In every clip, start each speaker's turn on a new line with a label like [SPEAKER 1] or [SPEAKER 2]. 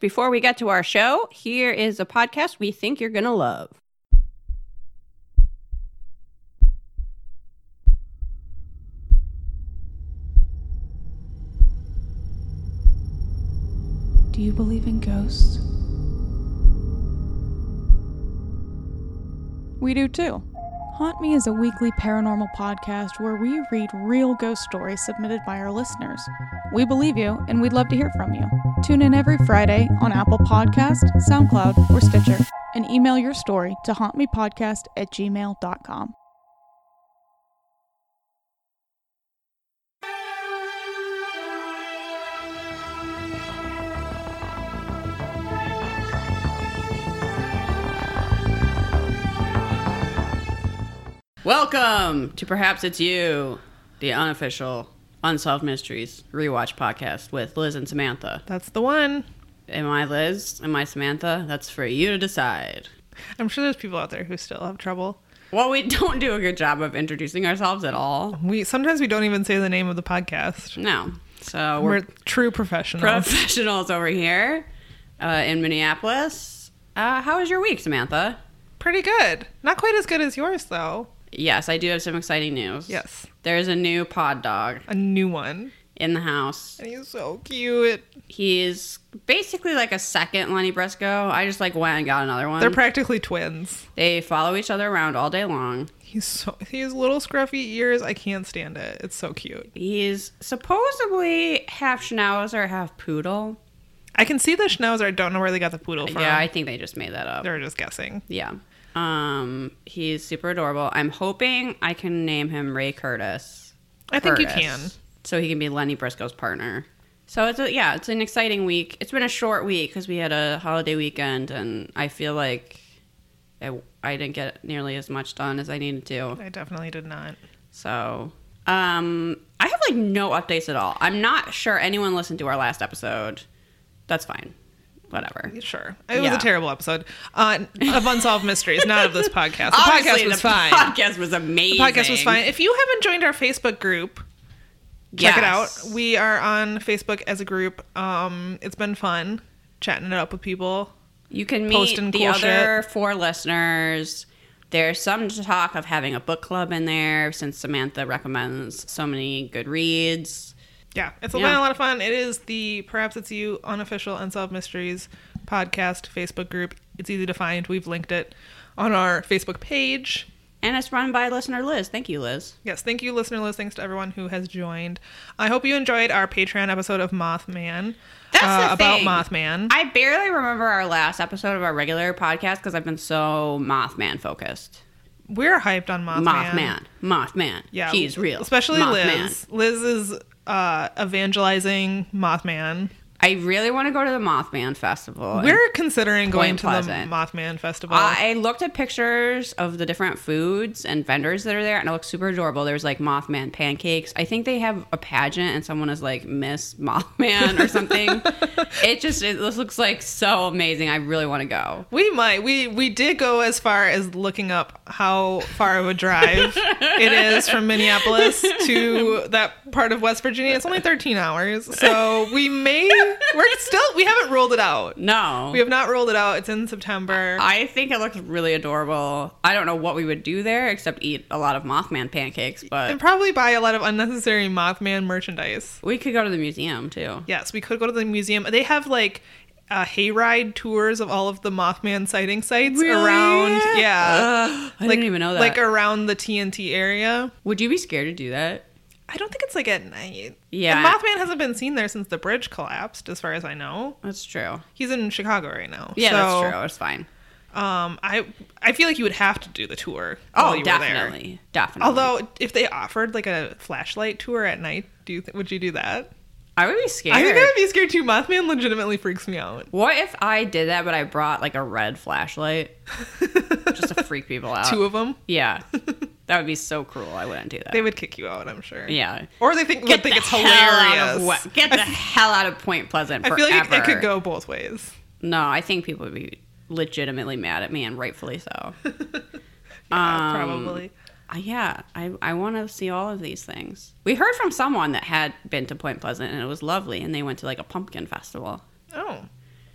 [SPEAKER 1] Before we get to our show, here is a podcast we think you're going to love.
[SPEAKER 2] Do you believe in ghosts? We do too. Haunt Me is a weekly paranormal podcast where we read real ghost stories submitted by our listeners. We believe you, and we'd love to hear from you. Tune in every Friday on Apple Podcast, SoundCloud, or Stitcher, and email your story to hauntmepodcast at gmail.com.
[SPEAKER 1] Welcome to Perhaps It's You, the unofficial Unsolved Mysteries rewatch podcast with Liz and Samantha.
[SPEAKER 3] That's the one.
[SPEAKER 1] Am I Liz? Am I Samantha? That's for you to decide.
[SPEAKER 3] I'm sure there's people out there who still have trouble.
[SPEAKER 1] Well, we don't do a good job of introducing ourselves at all.
[SPEAKER 3] We sometimes we don't even say the name of the podcast.
[SPEAKER 1] No. So
[SPEAKER 3] We're,
[SPEAKER 1] we're
[SPEAKER 3] true professionals.
[SPEAKER 1] professionals over here uh, in Minneapolis. Uh, how was your week, Samantha?
[SPEAKER 3] Pretty good. Not quite as good as yours though.
[SPEAKER 1] Yes, I do have some exciting news.
[SPEAKER 3] Yes.
[SPEAKER 1] There's a new pod dog
[SPEAKER 3] A new one.
[SPEAKER 1] in the house.
[SPEAKER 3] And he's so cute.
[SPEAKER 1] He's basically like a second Lenny Briscoe. I just like went and got another one.
[SPEAKER 3] They're practically twins.
[SPEAKER 1] they follow each other around all day long.
[SPEAKER 3] He's so he has little scruffy ears. I can't stand it. It's so cute.
[SPEAKER 1] He's supposedly half Schnauzer, half poodle.
[SPEAKER 3] I can see the schnauzer. I don't know where they got the poodle from.
[SPEAKER 1] Yeah, I think they just made that up.
[SPEAKER 3] They're just guessing.
[SPEAKER 1] yeah. Um, he's super adorable. I'm hoping I can name him Ray Curtis.
[SPEAKER 3] I think you
[SPEAKER 1] Curtis.
[SPEAKER 3] can.
[SPEAKER 1] So he can be Lenny Briscoe's partner. So it's a, yeah, it's an exciting week. It's been a short week because we had a holiday weekend, and I feel like I, I didn't get nearly as much done as I needed to.
[SPEAKER 3] I definitely did not.
[SPEAKER 1] So um, I have like no updates at all. I'm not sure anyone listened to our last episode. That's fine, whatever.
[SPEAKER 3] Sure. It was
[SPEAKER 1] Yeah.
[SPEAKER 3] a terrible episode uh, of Unsolved Mysteries, not of this podcast. The
[SPEAKER 1] Obviously,
[SPEAKER 3] podcast was
[SPEAKER 1] the
[SPEAKER 3] fine.
[SPEAKER 1] Podcast was amazing.
[SPEAKER 3] the podcast was fine. If you haven't joined our Facebook group, check
[SPEAKER 1] Yes.
[SPEAKER 3] it out. We are on Facebook as a group. Um, it's been fun chatting it up with people.
[SPEAKER 1] You can meet
[SPEAKER 3] posting
[SPEAKER 1] the
[SPEAKER 3] cool
[SPEAKER 1] other four listeners. There's some talk of having a book club in there since Samantha recommends so many good reads.
[SPEAKER 3] Yeah, it's been
[SPEAKER 1] Yeah.
[SPEAKER 3] a lot of fun. It is the Perhaps It's You unofficial Unsolved Mysteries podcast Facebook group. It's easy to find. We've linked it on our Facebook page.
[SPEAKER 1] And it's run by listener Liz. Thank you, Liz.
[SPEAKER 3] Yes, thank you, listener Liz. Thanks to everyone who has joined. I hope you enjoyed our Patreon episode of Mothman.
[SPEAKER 1] That's
[SPEAKER 3] uh,
[SPEAKER 1] the
[SPEAKER 3] about
[SPEAKER 1] thing.
[SPEAKER 3] Mothman.
[SPEAKER 1] I barely remember our last episode of our regular podcast because I've been so Mothman focused.
[SPEAKER 3] We're hyped on Mothman.
[SPEAKER 1] Mothman. Mothman.
[SPEAKER 3] Yeah,
[SPEAKER 1] He's real.
[SPEAKER 3] Especially
[SPEAKER 1] Mothman.
[SPEAKER 3] Liz. Liz is uh, evangelizing Mothman.
[SPEAKER 1] I really want to go to the Mothman Festival. and
[SPEAKER 3] We're considering going
[SPEAKER 1] Point
[SPEAKER 3] to
[SPEAKER 1] Pleasant.
[SPEAKER 3] the Mothman festival.
[SPEAKER 1] I looked at pictures of the different foods and vendors that are there, and it looks super adorable. There's like Mothman pancakes. I think they have a pageant, and someone is like Miss Mothman or something. it just it, this looks like so amazing. I really want to go.
[SPEAKER 3] we might. We we did go as far as looking up how far of a drive it is from Minneapolis to that part of West Virginia. It's only 13 hours, so we may. We're still. We haven't ruled it out.
[SPEAKER 1] No,
[SPEAKER 3] We have not ruled it out. It's in September.
[SPEAKER 1] I think it looks really adorable. I don't know what we would do there except eat a lot of Mothman pancakes,
[SPEAKER 3] and
[SPEAKER 1] but
[SPEAKER 3] probably buy a lot of unnecessary Mothman merchandise.
[SPEAKER 1] we could go to the museum too.
[SPEAKER 3] Yes, we could go to the museum. They have like uh, hayride tours of all of the Mothman sighting sites around. Yeah,
[SPEAKER 1] I didn't even know that.
[SPEAKER 3] Like around the TNT area.
[SPEAKER 1] would you be scared to do that?
[SPEAKER 3] I don't think it's like at night.
[SPEAKER 1] Yeah.
[SPEAKER 3] and Mothman hasn't been seen there since the bridge collapsed, as far as I know.
[SPEAKER 1] That's true.
[SPEAKER 3] He's in Chicago right now.
[SPEAKER 1] Yeah,
[SPEAKER 3] so,
[SPEAKER 1] that's true. It's fine.
[SPEAKER 3] true. Um, I I feel like you would have to do the tour.
[SPEAKER 1] Oh,
[SPEAKER 3] while you Were there.
[SPEAKER 1] definitely, definitely.
[SPEAKER 3] Although, if they offered like a flashlight tour at night, do you th- would you do that?
[SPEAKER 1] I would be scared.
[SPEAKER 3] I think I'd be scared too. Mothman legitimately freaks me out.
[SPEAKER 1] what if I did that, but I brought like a red flashlight just to freak people out?
[SPEAKER 3] Two of them.
[SPEAKER 1] yeah, that would be so cruel. I wouldn't do that.
[SPEAKER 3] They would kick you out, I'm sure.
[SPEAKER 1] yeah,
[SPEAKER 3] Or they think, would think it's hilarious.
[SPEAKER 1] Out of, what- get the hell out of Point Pleasant.
[SPEAKER 3] I feel like it, it
[SPEAKER 1] forever.
[SPEAKER 3] could go both ways.
[SPEAKER 1] No, I think people would be legitimately mad at me, and rightfully so.
[SPEAKER 3] Yeah, probably.
[SPEAKER 1] Uh, yeah, I I want to see all of these things. We heard from someone that had been to Point Pleasant, and it was lovely, and they went to like a pumpkin festival.
[SPEAKER 3] Oh.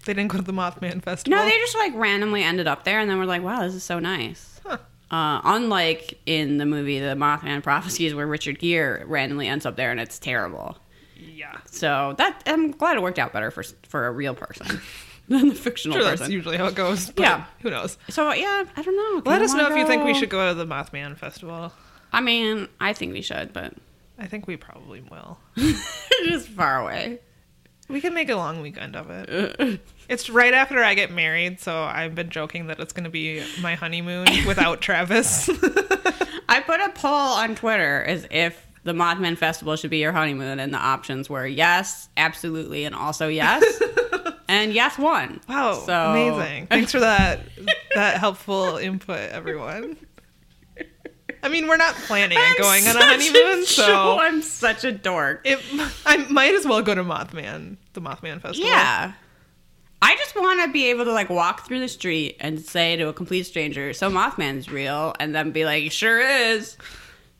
[SPEAKER 3] They didn't go to the Mothman Festival.
[SPEAKER 1] No, they just like randomly ended up there, and then we're like, wow, this is so nice.
[SPEAKER 3] Huh.
[SPEAKER 1] Uh, unlike in the movie The Mothman Prophecies, where Richard Gere randomly ends up there, and it's terrible.
[SPEAKER 3] Yeah.
[SPEAKER 1] So that I'm glad it worked out better for for a real person than the fictional
[SPEAKER 3] Sure, that's
[SPEAKER 1] person.
[SPEAKER 3] usually how it goes. But
[SPEAKER 1] Yeah.
[SPEAKER 3] Who knows?
[SPEAKER 1] so yeah, I don't know. Do
[SPEAKER 3] Let us know
[SPEAKER 1] wanna
[SPEAKER 3] if you think we
[SPEAKER 1] go?
[SPEAKER 3] should go to the Mothman Festival.
[SPEAKER 1] I mean, I think we should, but
[SPEAKER 3] I think we probably will.
[SPEAKER 1] it's just far away.
[SPEAKER 3] We can make a long weekend of it. it's right after I get married, so I've been joking that it's going to be my honeymoon without Travis.
[SPEAKER 1] I put a poll on Twitter as if the Mothman Festival should be your honeymoon, and the options were yes, absolutely, and also yes. and yes won.
[SPEAKER 3] Wow,
[SPEAKER 1] So-
[SPEAKER 3] amazing! Thanks for that that helpful input, everyone. I mean, we're not planning on
[SPEAKER 1] I'm
[SPEAKER 3] going on a
[SPEAKER 1] such
[SPEAKER 3] honeymoon,
[SPEAKER 1] jo-
[SPEAKER 3] so
[SPEAKER 1] I'm such a dork.
[SPEAKER 3] it, I might as well go to Mothman, the Mothman Festival.
[SPEAKER 1] Yeah. I just want to be able to like walk through the street and say to a complete stranger, "So Mothman's real," and then be like, "Sure is."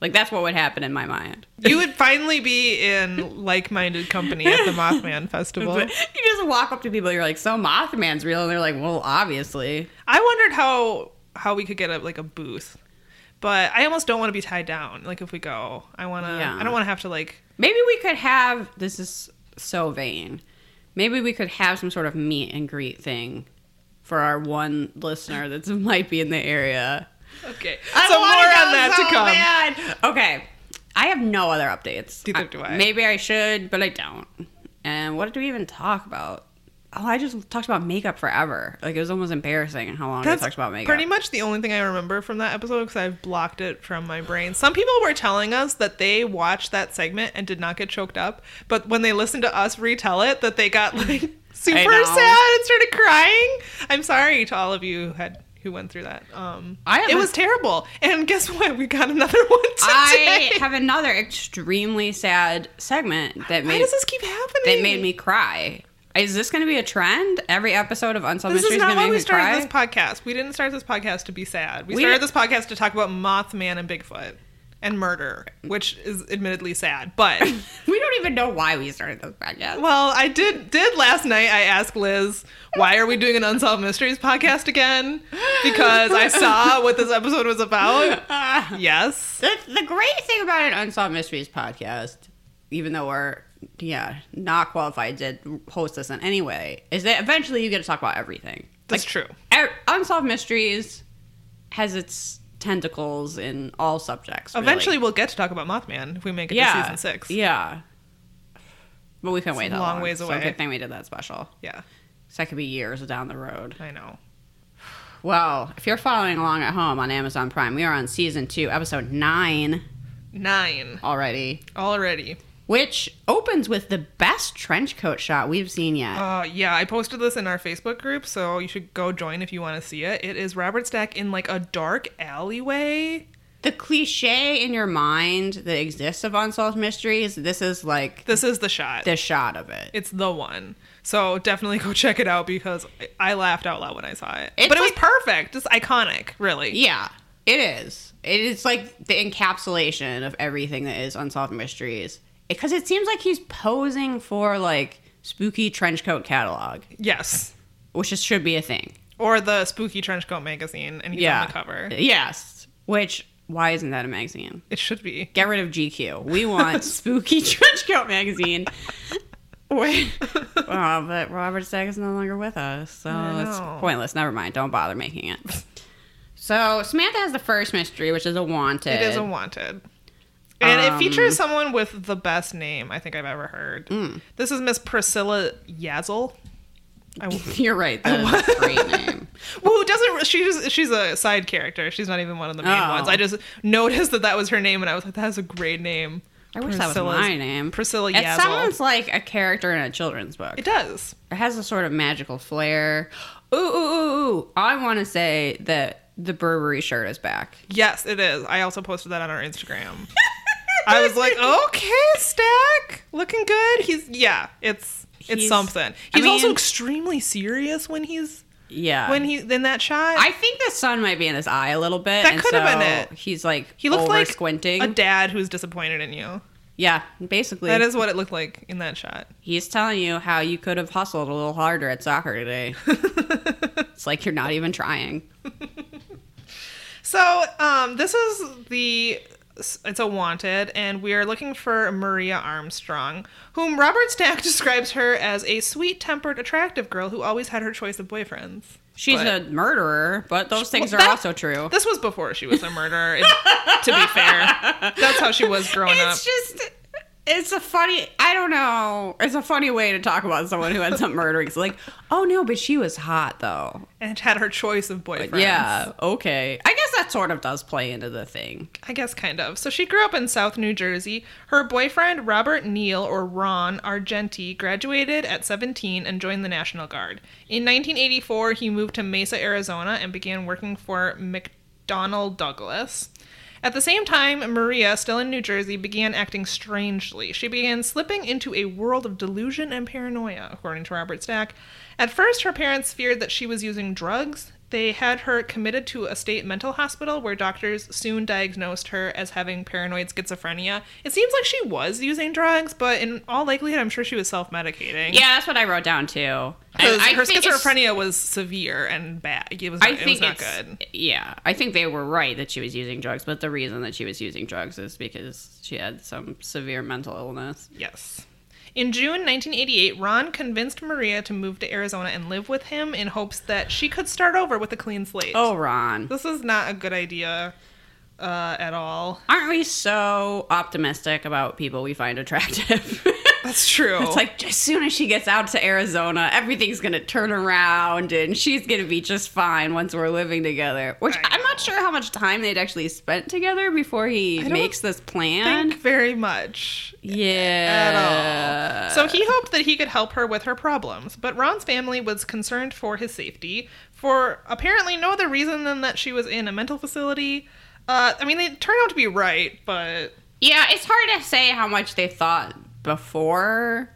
[SPEAKER 1] Like that's what would happen in my mind.
[SPEAKER 3] you would finally be in like-minded company at the Mothman Festival.
[SPEAKER 1] But you just walk up to people, you're like, "So Mothman's real," and they're like, "Well, obviously."
[SPEAKER 3] I wondered how how we could get a, like a booth, but I almost don't want to be tied down. Like if we go, I want to.
[SPEAKER 1] Yeah.
[SPEAKER 3] I don't want to have to like.
[SPEAKER 1] Maybe we could have this is so vain. Maybe we could have some sort of meet and greet thing for our one listener that might be in the area.
[SPEAKER 3] Okay,
[SPEAKER 1] I
[SPEAKER 3] so more
[SPEAKER 1] wanna
[SPEAKER 3] on
[SPEAKER 1] go
[SPEAKER 3] that
[SPEAKER 1] so
[SPEAKER 3] to
[SPEAKER 1] bad.
[SPEAKER 3] come.
[SPEAKER 1] Okay. I have no other updates.
[SPEAKER 3] Neither do I.
[SPEAKER 1] Maybe I should, but I don't. And what did we even talk about? Oh, I just talked about makeup forever. Like it was almost embarrassing how long I talked about makeup.
[SPEAKER 3] Pretty much the only thing I remember from that episode because I've blocked it from my brain. Some people were telling us that they watched that segment and did not get choked up, but when they listened to us retell it, that they got like super sad
[SPEAKER 1] know.
[SPEAKER 3] and started crying. I'm sorry to all of you who had who went through that. Um,
[SPEAKER 1] I
[SPEAKER 3] it
[SPEAKER 1] haven't-
[SPEAKER 3] was terrible, and guess what? We got another one today.
[SPEAKER 1] I have another extremely sad segment that
[SPEAKER 3] Why
[SPEAKER 1] made
[SPEAKER 3] does this keep happening?
[SPEAKER 1] that made me cry. Is this going to be a trend? Every episode of Unsolved
[SPEAKER 3] This is
[SPEAKER 1] Mysteries
[SPEAKER 3] not
[SPEAKER 1] going to
[SPEAKER 3] why
[SPEAKER 1] make
[SPEAKER 3] we
[SPEAKER 1] me
[SPEAKER 3] started
[SPEAKER 1] cry?
[SPEAKER 3] this podcast. We didn't start this podcast to be sad. We,
[SPEAKER 1] We
[SPEAKER 3] started this
[SPEAKER 1] didn't-
[SPEAKER 3] podcast to talk about Mothman and Bigfoot and murder, which is admittedly sad. But
[SPEAKER 1] we don't even know why we started this podcast.
[SPEAKER 3] well, I did did last night. I asked Liz, "Why are we doing an unsolved mysteries podcast again?" Because I saw what this episode was about. Yes,
[SPEAKER 1] The, the great thing about an Unsolved Mysteries podcast, even though we're yeah not qualified to host this in any way, is that eventually you get to talk about everything.
[SPEAKER 3] that's true.
[SPEAKER 1] Er, Unsolved Mysteries has its tentacles in all subjects. really.
[SPEAKER 3] Eventually, we'll get to talk about Mothman if we make it to
[SPEAKER 1] yeah,
[SPEAKER 3] season six.
[SPEAKER 1] yeah. But we can wait
[SPEAKER 3] a
[SPEAKER 1] that
[SPEAKER 3] long
[SPEAKER 1] long,
[SPEAKER 3] ways
[SPEAKER 1] so
[SPEAKER 3] away.
[SPEAKER 1] good thing we did that special.
[SPEAKER 3] yeah,
[SPEAKER 1] So that could be years down the road.
[SPEAKER 3] I know.
[SPEAKER 1] Well, if you're following along at home on Amazon Prime, we are on season two, episode nine
[SPEAKER 3] Nine
[SPEAKER 1] already,
[SPEAKER 3] already.
[SPEAKER 1] which opens with the best trench coat shot we've seen yet.
[SPEAKER 3] Uh, yeah, I posted this in our Facebook group, so you should go join if you want to see it. It is Robert Stack in like a dark alleyway.
[SPEAKER 1] the cliche in your mind that exists of unsolved mysteries, this is like
[SPEAKER 3] This is the shot.
[SPEAKER 1] the shot of it.
[SPEAKER 3] It's the one. So definitely go check it out because I- I laughed out loud when I saw it.
[SPEAKER 1] It's
[SPEAKER 3] but it was
[SPEAKER 1] like-
[SPEAKER 3] perfect. It's iconic, really.
[SPEAKER 1] Yeah, it is. It is like the encapsulation of everything that is unsolved mysteries. Because it seems like he's posing for like spooky trench coat catalog,
[SPEAKER 3] Yes.
[SPEAKER 1] which is, should be a thing.
[SPEAKER 3] Or the spooky trenchcoat magazine, and he's
[SPEAKER 1] yeah.
[SPEAKER 3] on the cover.
[SPEAKER 1] Yes. Which why isn't that a magazine?
[SPEAKER 3] It should be.
[SPEAKER 1] Get rid of GQ. We want spooky trenchcoat magazine. Wait. Oh, but Robert Stack is no longer with us, so
[SPEAKER 3] I
[SPEAKER 1] it's
[SPEAKER 3] know.
[SPEAKER 1] pointless. Never mind. Don't bother making it. So Samantha has the first mystery, which is a wanted.
[SPEAKER 3] It is a wanted. And it features someone with the best name I think I've ever heard. This is Miss Priscilla Yazzle. I,
[SPEAKER 1] You're right. That is a great name.
[SPEAKER 3] Well, who doesn't? She's she's a side character. She's not even one of the main
[SPEAKER 1] Oh.
[SPEAKER 3] ones. I just noticed that that was her name, and I was like, "That's a great name."
[SPEAKER 1] I wish that was
[SPEAKER 3] Priscilla's-
[SPEAKER 1] my name.
[SPEAKER 3] Priscilla
[SPEAKER 1] It
[SPEAKER 3] Yazzle.
[SPEAKER 1] sounds like a character in a children's book.
[SPEAKER 3] It does.
[SPEAKER 1] It has a sort of magical flair. Ooh, ooh, ooh, ooh. I want to say that the Burberry shirt is back.
[SPEAKER 3] Yes, it is. I also posted that on our Instagram. I was like, "Okay, Stack, looking good." He's yeah, it's it's
[SPEAKER 1] He's-
[SPEAKER 3] something.
[SPEAKER 1] I
[SPEAKER 3] He's also
[SPEAKER 1] mean-
[SPEAKER 3] extremely serious when he's
[SPEAKER 1] Yeah.
[SPEAKER 3] when he in that shot.
[SPEAKER 1] I think the sun might be in his eye a little bit.
[SPEAKER 3] That
[SPEAKER 1] and
[SPEAKER 3] could've
[SPEAKER 1] so
[SPEAKER 3] been it.
[SPEAKER 1] He's like
[SPEAKER 3] he looks
[SPEAKER 1] over
[SPEAKER 3] like
[SPEAKER 1] squinting.
[SPEAKER 3] a dad who's disappointed in you.
[SPEAKER 1] Yeah, basically.
[SPEAKER 3] That is what it looked like in that shot.
[SPEAKER 1] He's telling you how you could have hustled a little harder at soccer today. it's like you're not even trying.
[SPEAKER 3] So um, this is the it's a wanted, and we are looking for Maria Armstrong, whom Robert Stack describes her as a sweet-tempered, attractive girl who always had her choice of boyfriends.
[SPEAKER 1] She's
[SPEAKER 3] But-
[SPEAKER 1] a murderer, but those things
[SPEAKER 3] Well,
[SPEAKER 1] are
[SPEAKER 3] that-
[SPEAKER 1] also true.
[SPEAKER 3] This was before she was a murderer. it- to be fair, that's how she was growing up.
[SPEAKER 1] It's just it's a funny I don't know. It's a funny way to talk about someone who ends up murdering. It's like, oh no, but she was hot though.
[SPEAKER 3] and had her choice of boyfriends.
[SPEAKER 1] Yeah, okay. I guess that sort of does play into the thing.
[SPEAKER 3] I guess kind of. So she grew up in South New Jersey. Her boyfriend, Robert Neal, or Ron Argenti, graduated at 17 and joined the National Guard. In 1984, he moved to Mesa, Arizona, and began working for McDonnell Douglas. At the same time, Maria, still in New Jersey, began acting strangely. She began slipping into a world of delusion and paranoia, according to Robert Stack. At first, her parents feared that she was using drugs. They had her committed to a state mental hospital where doctors soon diagnosed her as having paranoid schizophrenia. It seems like she was using drugs, but in all likelihood, I'm sure she was self medicating.
[SPEAKER 1] Yeah, that's what I wrote down too. And I
[SPEAKER 3] her
[SPEAKER 1] think it's-
[SPEAKER 3] schizophrenia was severe and bad. It was,
[SPEAKER 1] I
[SPEAKER 3] it was
[SPEAKER 1] think
[SPEAKER 3] not
[SPEAKER 1] it's
[SPEAKER 3] good.
[SPEAKER 1] yeah. I think they were right that she was using drugs, but the reason that she was using drugs is because she had some severe mental illness.
[SPEAKER 3] Yes. In June 1988, Ron convinced Maria to move to Arizona and live with him in hopes that she could start over with a clean slate.
[SPEAKER 1] Oh, Ron,
[SPEAKER 3] This is not a good idea uh, at all.
[SPEAKER 1] aren't we so optimistic about people we find attractive?
[SPEAKER 3] That's true.
[SPEAKER 1] It's like as soon as she gets out to Arizona, everything's gonna turn around and she's gonna be just fine once we're living together. Which
[SPEAKER 3] I
[SPEAKER 1] I'm not sure how much time they'd actually spent together before he
[SPEAKER 3] don't
[SPEAKER 1] makes this plan.
[SPEAKER 3] Thank very much.
[SPEAKER 1] yeah.
[SPEAKER 3] So he hoped that he could help her with her problems, but Ron's family was concerned for his safety for apparently no other reason than that she was in a mental facility. Uh, I mean, they turned out to be right, but
[SPEAKER 1] Yeah, it's hard to say how much they thought before.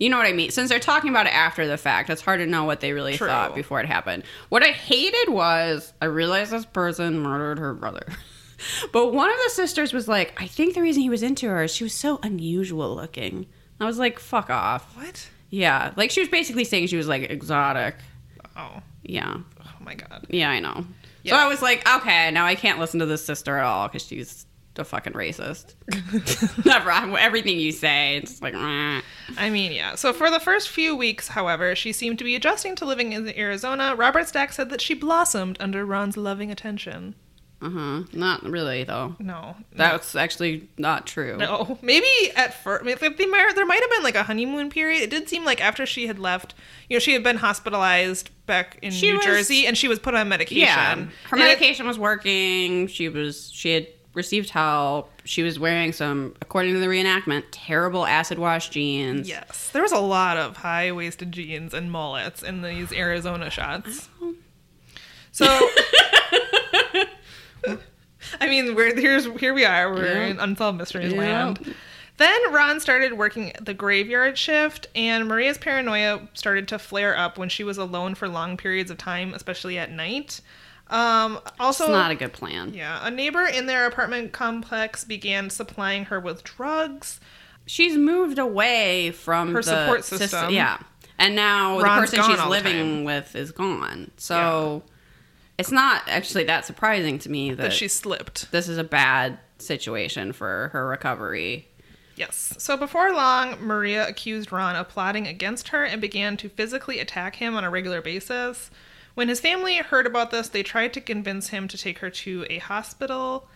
[SPEAKER 1] You know what I mean? Since they're talking about it after the fact, it's hard to know what they really
[SPEAKER 3] True.
[SPEAKER 1] thought before it happened. What I hated was I realized this person murdered her brother. but one of the sisters was like, I think the reason he was into her is she was so unusual looking. I was like, fuck off.
[SPEAKER 3] what?
[SPEAKER 1] Yeah. Like she was basically saying she was like exotic.
[SPEAKER 3] Oh,
[SPEAKER 1] Yeah.
[SPEAKER 3] oh my God.
[SPEAKER 1] Yeah, I know.
[SPEAKER 3] Yeah.
[SPEAKER 1] So I was like, okay, now I can't listen to this sister at all because she's a fucking racist. Not wrong. Everything you say, it's like, meh.
[SPEAKER 3] I mean, yeah. So for the first few weeks, however, she seemed to be adjusting to living in Arizona. Robert Stack said that she blossomed under Ron's loving attention.
[SPEAKER 1] uh huh. Not really though.
[SPEAKER 3] No.
[SPEAKER 1] That's actually not true.
[SPEAKER 3] no. Maybe at first, they might, there might have been like a honeymoon period. It did seem like after she had left, you know, she had been hospitalized back in
[SPEAKER 1] She
[SPEAKER 3] New
[SPEAKER 1] was-
[SPEAKER 3] Jersey and she was put on medication.
[SPEAKER 1] Yeah, her
[SPEAKER 3] And it-
[SPEAKER 1] medication was working. She was she had received help. She was wearing some, according to the reenactment, terrible acid wash jeans.
[SPEAKER 3] yes. There was a lot of high waisted jeans and mullets in these Arizona shots. So. I mean, we're here's here we are. We're
[SPEAKER 1] Yeah.
[SPEAKER 3] in unsolved mysteries
[SPEAKER 1] Yeah.
[SPEAKER 3] land. Then Ron started working the graveyard shift, and Maria's paranoia started to flare up when she was alone for long periods of time, especially at night. Um, also,
[SPEAKER 1] it's not a good plan.
[SPEAKER 3] yeah, a neighbor in their apartment complex began supplying her with drugs.
[SPEAKER 1] she's moved away from
[SPEAKER 3] Her
[SPEAKER 1] the
[SPEAKER 3] support
[SPEAKER 1] syst-
[SPEAKER 3] system.
[SPEAKER 1] yeah, and now
[SPEAKER 3] Ron's
[SPEAKER 1] the
[SPEAKER 3] gone
[SPEAKER 1] person she's
[SPEAKER 3] all the
[SPEAKER 1] living with is gone. So it's not actually that surprising to me that,
[SPEAKER 3] That she slipped.
[SPEAKER 1] this is a bad situation for her recovery.
[SPEAKER 3] Yes. So before long, Maria accused Ron of plotting against her and began to physically attack him on a regular basis. When his family heard about this, they tried to convince him to take her to a hospital.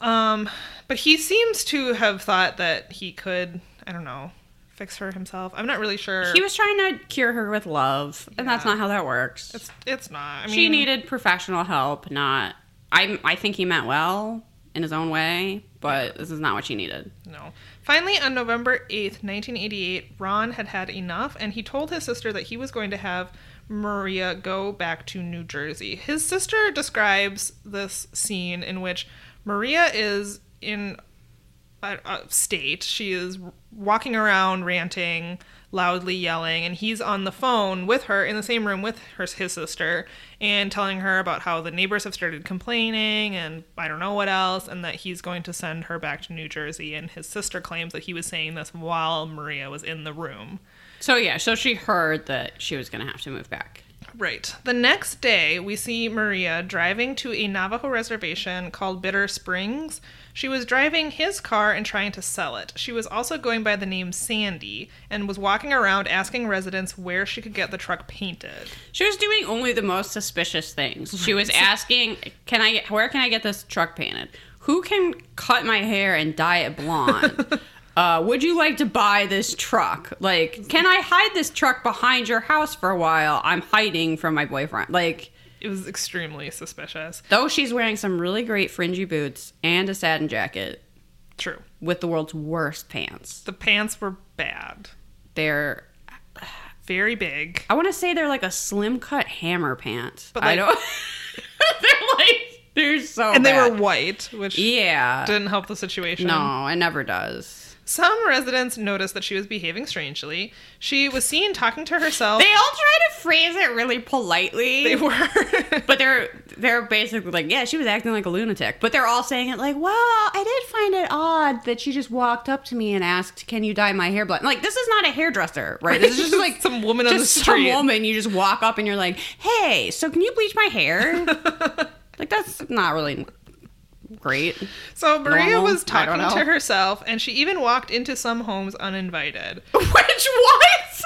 [SPEAKER 3] Um, but he seems to have thought that he could, I don't know, fix her himself. I'm not really sure.
[SPEAKER 1] He was trying to cure her with love, and that's
[SPEAKER 3] Yeah.
[SPEAKER 1] not how that works.
[SPEAKER 3] it's, it's not. I mean,
[SPEAKER 1] she needed professional help, not. I I think he meant well in his own way, but this is not what she needed.
[SPEAKER 3] No. Finally, on November 8th, 1988, Ron had had enough and he told his sister that he was going to have Maria go back to New Jersey. His sister describes this scene in which Maria is uh, in a, a state. She is walking around ranting, loudly yelling, and he's on the phone with her in the same room with her his sister and telling her about how the neighbors have started complaining and I don't know what else, and that he's going to send her back to New Jersey. And his sister claims that he was saying this while Maria was in the room.
[SPEAKER 1] So yeah, so she heard that she was gonna have to move back.
[SPEAKER 3] Right. The next day, we see Maria driving to a Navajo reservation called Bitter Springs. She was driving his car and trying to sell it. She was also going by the name Sandy and was walking around asking residents where she could get the truck painted.
[SPEAKER 1] She was doing only the most suspicious things. She was asking, "Can I? Where can I get this truck painted? Who can cut my hair and dye it blonde?" Uh, would you like to buy this truck? Like, can I hide this truck behind your house for a while? I'm hiding from my boyfriend. Like,
[SPEAKER 3] It was extremely suspicious.
[SPEAKER 1] though she's wearing some really great fringy boots and a satin jacket
[SPEAKER 3] True.
[SPEAKER 1] with the world's worst pants.
[SPEAKER 3] The pants were bad,
[SPEAKER 1] They're
[SPEAKER 3] very big.
[SPEAKER 1] I want to say they're like a slim cut hammer pants. But
[SPEAKER 3] But, like-
[SPEAKER 1] I don't. they're like they're so.
[SPEAKER 3] And they
[SPEAKER 1] bad.
[SPEAKER 3] were white, which
[SPEAKER 1] Yeah.
[SPEAKER 3] didn't help the situation.
[SPEAKER 1] No, it never does.
[SPEAKER 3] Some residents noticed that she was behaving strangely. She was seen talking to herself.
[SPEAKER 1] They all try to phrase it really politely.
[SPEAKER 3] Oh. they were.
[SPEAKER 1] But they're they're basically like, yeah, she was acting like a lunatic. But they're all saying it like, well, I did find it odd that she just walked up to me and asked, "Can you dye my hair blonde?" Like, this is not a hairdresser, right? This is just like
[SPEAKER 3] Some woman on the
[SPEAKER 1] just
[SPEAKER 3] street.
[SPEAKER 1] Some woman, you just walk up and you're like, "Hey, so can you bleach my hair?" like, that's not really great.
[SPEAKER 3] So Maria
[SPEAKER 1] Normal?
[SPEAKER 3] was
[SPEAKER 1] I don't
[SPEAKER 3] talking to
[SPEAKER 1] know.
[SPEAKER 3] herself, and she even walked into some homes uninvited.
[SPEAKER 1] Which what?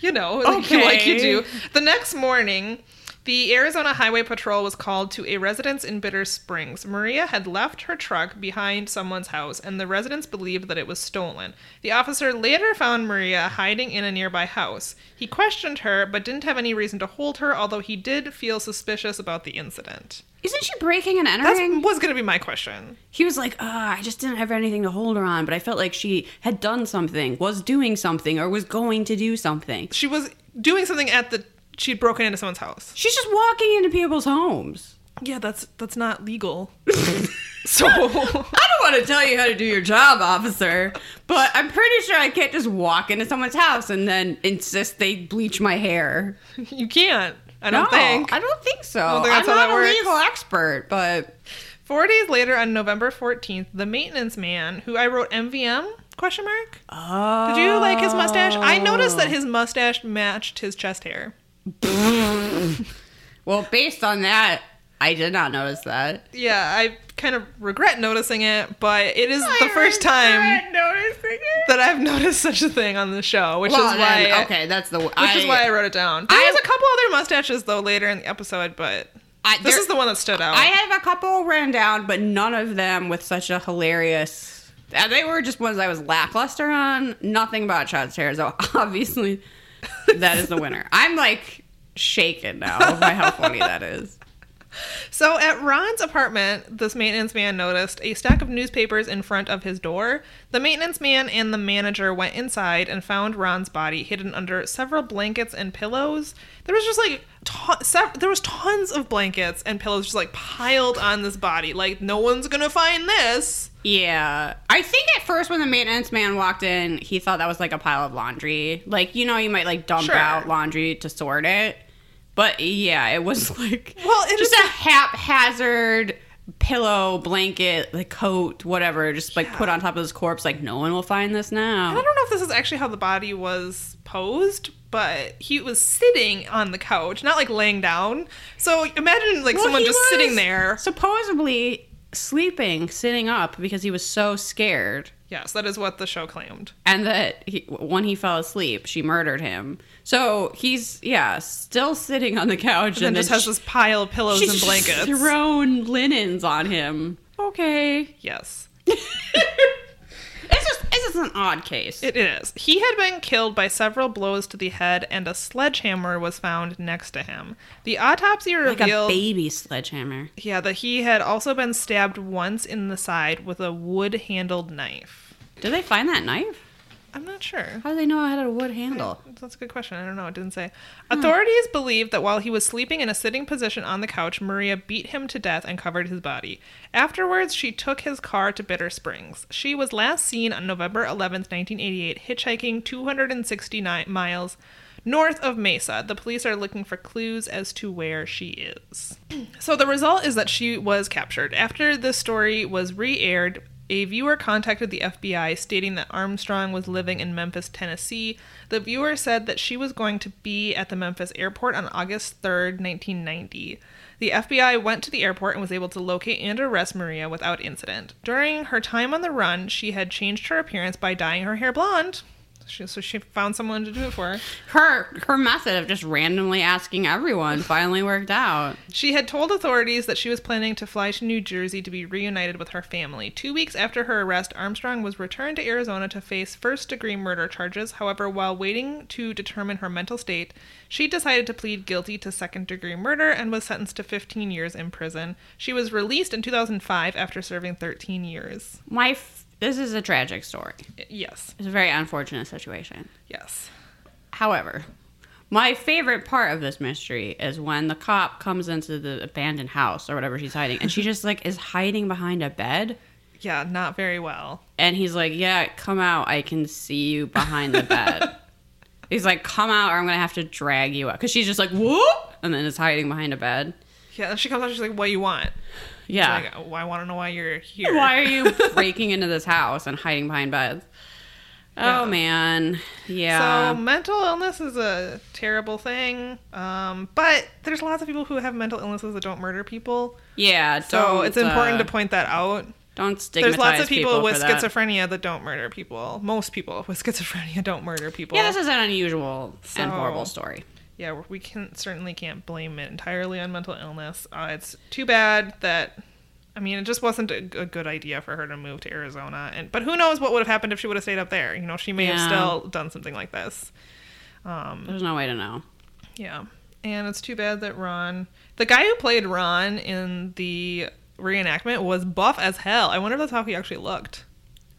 [SPEAKER 3] You know, like, you- like you
[SPEAKER 1] Okay.
[SPEAKER 3] do. The next morning, the Arizona Highway Patrol was called to a residence in Bitter Springs. Maria had left her truck behind someone's house, and the residents believed that it was stolen. The officer later found Maria hiding in a nearby house. He questioned her, but didn't have any reason to hold her, although he did feel suspicious about the incident.
[SPEAKER 1] Isn't she breaking and
[SPEAKER 3] That
[SPEAKER 1] entering?
[SPEAKER 3] was going to be my question.
[SPEAKER 1] he was like, uh, I just didn't have anything to hold her on, but I felt like she had done something, was doing something, or was going to do something.
[SPEAKER 3] She was doing something at the. She'd broken into someone's house.
[SPEAKER 1] She's just walking into people's homes.
[SPEAKER 3] Yeah, that's that's not legal. so
[SPEAKER 1] I don't want to tell you how to do your job, officer, but I'm pretty sure I can't just walk into someone's house and then insist they bleach my hair.
[SPEAKER 3] you can't. I don't think.
[SPEAKER 1] I don't think so.
[SPEAKER 3] don't think that's
[SPEAKER 1] I'm
[SPEAKER 3] how
[SPEAKER 1] not
[SPEAKER 3] that
[SPEAKER 1] a
[SPEAKER 3] works.
[SPEAKER 1] legal expert, but
[SPEAKER 3] Four days later, on November fourteenth, the maintenance man, who I wrote MVM question mark. Did you like his mustache? I noticed that his mustache matched his chest hair.
[SPEAKER 1] well, based on that, I did not notice that.
[SPEAKER 3] Yeah, I kind of regret noticing it, but it is the first time
[SPEAKER 1] noticing it.
[SPEAKER 3] that I've noticed such a thing on the show, which
[SPEAKER 1] Well,
[SPEAKER 3] is why.
[SPEAKER 1] then, okay, that's the
[SPEAKER 3] Which is why I wrote it down. There
[SPEAKER 1] I-
[SPEAKER 3] was a couple other mustaches though later in the episode, but
[SPEAKER 1] I-
[SPEAKER 3] this
[SPEAKER 1] there-
[SPEAKER 3] is the one that stood out.
[SPEAKER 1] I have a couple ran down, but none of them with such a hilarious. uh, They were just ones I was lackluster on. Nothing about child's hair, so obviously that is the winner. I'm like shaken now by how funny that is.
[SPEAKER 3] So at Ron's apartment, this maintenance man noticed a stack of newspapers in front of his door. The maintenance man and the manager went inside and found Ron's body hidden under several blankets and pillows. There was just like ton- sev- there was tons of blankets and pillows just like piled on this body. Like no one's going to find this.
[SPEAKER 1] Yeah, I think at first when the maintenance man walked in, he thought that was like a pile of laundry. Like you know, you might like dump
[SPEAKER 3] Sure.
[SPEAKER 1] out laundry to sort it, but yeah, it was like
[SPEAKER 3] Well, it
[SPEAKER 1] just
[SPEAKER 3] is-
[SPEAKER 1] a haphazard pillow, blanket, like coat, whatever, just like put on top of this corpse. Like no one will find this
[SPEAKER 3] I
[SPEAKER 1] now.
[SPEAKER 3] don't know if this is actually how the body was posed, but he was sitting on the couch, not like laying down. So imagine like
[SPEAKER 1] Well,
[SPEAKER 3] someone
[SPEAKER 1] he
[SPEAKER 3] just
[SPEAKER 1] was
[SPEAKER 3] sitting there.
[SPEAKER 1] supposedly sleeping, sitting up because he was so scared.
[SPEAKER 3] Yes, that is what the show claimed.
[SPEAKER 1] and that he, when he fell asleep, she murdered him. So he's yeah, still sitting on the couch
[SPEAKER 3] and
[SPEAKER 1] and,
[SPEAKER 3] then just has
[SPEAKER 1] she-
[SPEAKER 3] this pile of pillows
[SPEAKER 1] she's
[SPEAKER 3] and
[SPEAKER 1] just
[SPEAKER 3] blankets.
[SPEAKER 1] thrown linens on him. Okay,
[SPEAKER 3] yes,
[SPEAKER 1] it's just it's just an odd case.
[SPEAKER 3] it is. He had been killed by several blows to the head, and a sledgehammer was found next to him. The autopsy
[SPEAKER 1] like a
[SPEAKER 3] revealed,
[SPEAKER 1] baby sledgehammer.
[SPEAKER 3] yeah, that he had also been stabbed once in the side with a wood-handled knife.
[SPEAKER 1] Did they find that knife?
[SPEAKER 3] I'm not sure.
[SPEAKER 1] How do they know I had a wood handle?
[SPEAKER 3] That's a good question. I don't know. It didn't say. Authorities believe that while he was sleeping in a sitting position on the couch, Maria beat him to death and covered his body. Afterwards, she took his car to Bitter Springs. She was last seen on November 11th, 1988, hitchhiking 269 miles north of Mesa. The police are looking for clues as to where she is. So the result is that she was captured. After the story was re aired, a viewer contacted the FBI stating that Armstrong was living in Memphis, Tennessee. The viewer said that she was going to be at the Memphis airport on August 3rd, 1990. The FBI went to the airport and was able to locate and arrest Maria without incident. During her time on the run, she had changed her appearance by dyeing her hair blonde. She, so she found someone to do it for her.
[SPEAKER 1] Her her method of just randomly asking everyone finally worked out.
[SPEAKER 3] She had told authorities that she was planning to fly to New Jersey to be reunited with her family. Two weeks after her arrest, Armstrong was returned to Arizona to face first degree murder charges. However, while waiting to determine her mental state, she decided to plead guilty to second degree murder and was sentenced to 15 years in prison. She was released in 2005 after serving 13 years.
[SPEAKER 1] My f- this is a tragic story.
[SPEAKER 3] Yes,
[SPEAKER 1] It's a very unfortunate situation.
[SPEAKER 3] yes.
[SPEAKER 1] However, my favorite part of this mystery is when the cop comes into the abandoned house or whatever she's hiding and she just like is hiding behind a bed
[SPEAKER 3] Yeah, not very well.
[SPEAKER 1] and he's like, "Yeah, come out. I can see you behind the bed." he's like, "Come out or I'm going to have to drag you out." Cuz she's just like, "Whoop!" and then is hiding behind a bed.
[SPEAKER 3] Yeah, and she comes out, she's like, What you want?
[SPEAKER 1] Yeah.
[SPEAKER 3] Like, "Oh, I want to know why you're here.
[SPEAKER 1] Why are you breaking into this house and hiding behind beds? Oh man, yeah.
[SPEAKER 3] So mental illness is a terrible thing, um, but there's lots of people who have mental illnesses that don't murder people.
[SPEAKER 1] yeah.
[SPEAKER 3] So
[SPEAKER 1] don't,
[SPEAKER 3] it's important
[SPEAKER 1] uh,
[SPEAKER 3] to point that out.
[SPEAKER 1] don't stigmatize
[SPEAKER 3] There's lots of people, with
[SPEAKER 1] for that.
[SPEAKER 3] schizophrenia that don't murder people. Most people with schizophrenia don't murder people.
[SPEAKER 1] Yeah, this is an unusual and
[SPEAKER 3] So-
[SPEAKER 1] horrible story.
[SPEAKER 3] yeah, we can certainly can't blame it entirely on mental illness. Uh, it's too bad that. I mean, it just wasn't a, a good idea for her to move to Arizona, and but who knows what would have happened if she would have stayed up there? You know, she may
[SPEAKER 1] Yeah.
[SPEAKER 3] have still done something like this. Um,
[SPEAKER 1] There's no way to know.
[SPEAKER 3] Yeah. And it's too bad that Ron, the guy who played Ron in the reenactment, was buff as hell. I wonder if that's how he actually looked.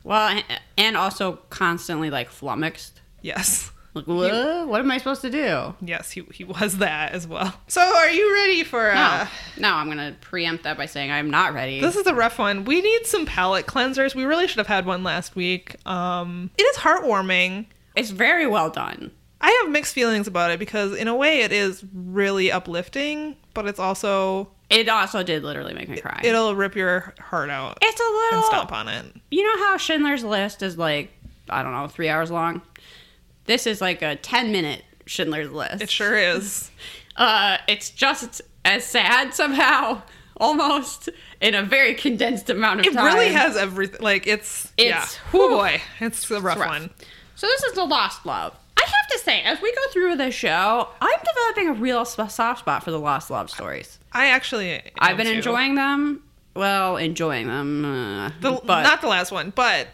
[SPEAKER 1] Well, and- and also constantly like flummoxed.
[SPEAKER 3] Yes.
[SPEAKER 1] Like, "Whoa, what am I supposed to do?
[SPEAKER 3] Yes, he, he was that as well. So, are you ready for. Uh,
[SPEAKER 1] No, no, I'm gonna preempt that by saying I'm not ready.
[SPEAKER 3] This is a rough one. We need some palate cleansers. We really should have had one last week. Um, it is heartwarming.
[SPEAKER 1] it's very well done.
[SPEAKER 3] I have mixed feelings about it because, in a way, it is really uplifting, but it's also.
[SPEAKER 1] It also did literally make me cry.
[SPEAKER 3] It'll rip your heart out
[SPEAKER 1] it's a little
[SPEAKER 3] and stomp on it.
[SPEAKER 1] you know how Schindler's List is like, I don't know, three hours long? This is like a 10 minute Schindler's List.
[SPEAKER 3] It sure is.
[SPEAKER 1] Uh, it's just as sad somehow, almost in a very condensed amount of
[SPEAKER 3] It
[SPEAKER 1] time.
[SPEAKER 3] really has everything. Like it's
[SPEAKER 1] It's-
[SPEAKER 3] yeah. Oh boy, it's a rough,
[SPEAKER 1] rough.
[SPEAKER 3] one.
[SPEAKER 1] So, this is The Lost Love. I have to say, as we go through the show, I'm developing a real s- soft spot for the Lost Love stories.
[SPEAKER 3] I actually am
[SPEAKER 1] I've been
[SPEAKER 3] too.
[SPEAKER 1] enjoying them. Well, enjoying them. Uh,
[SPEAKER 3] the
[SPEAKER 1] but
[SPEAKER 3] not the last one, but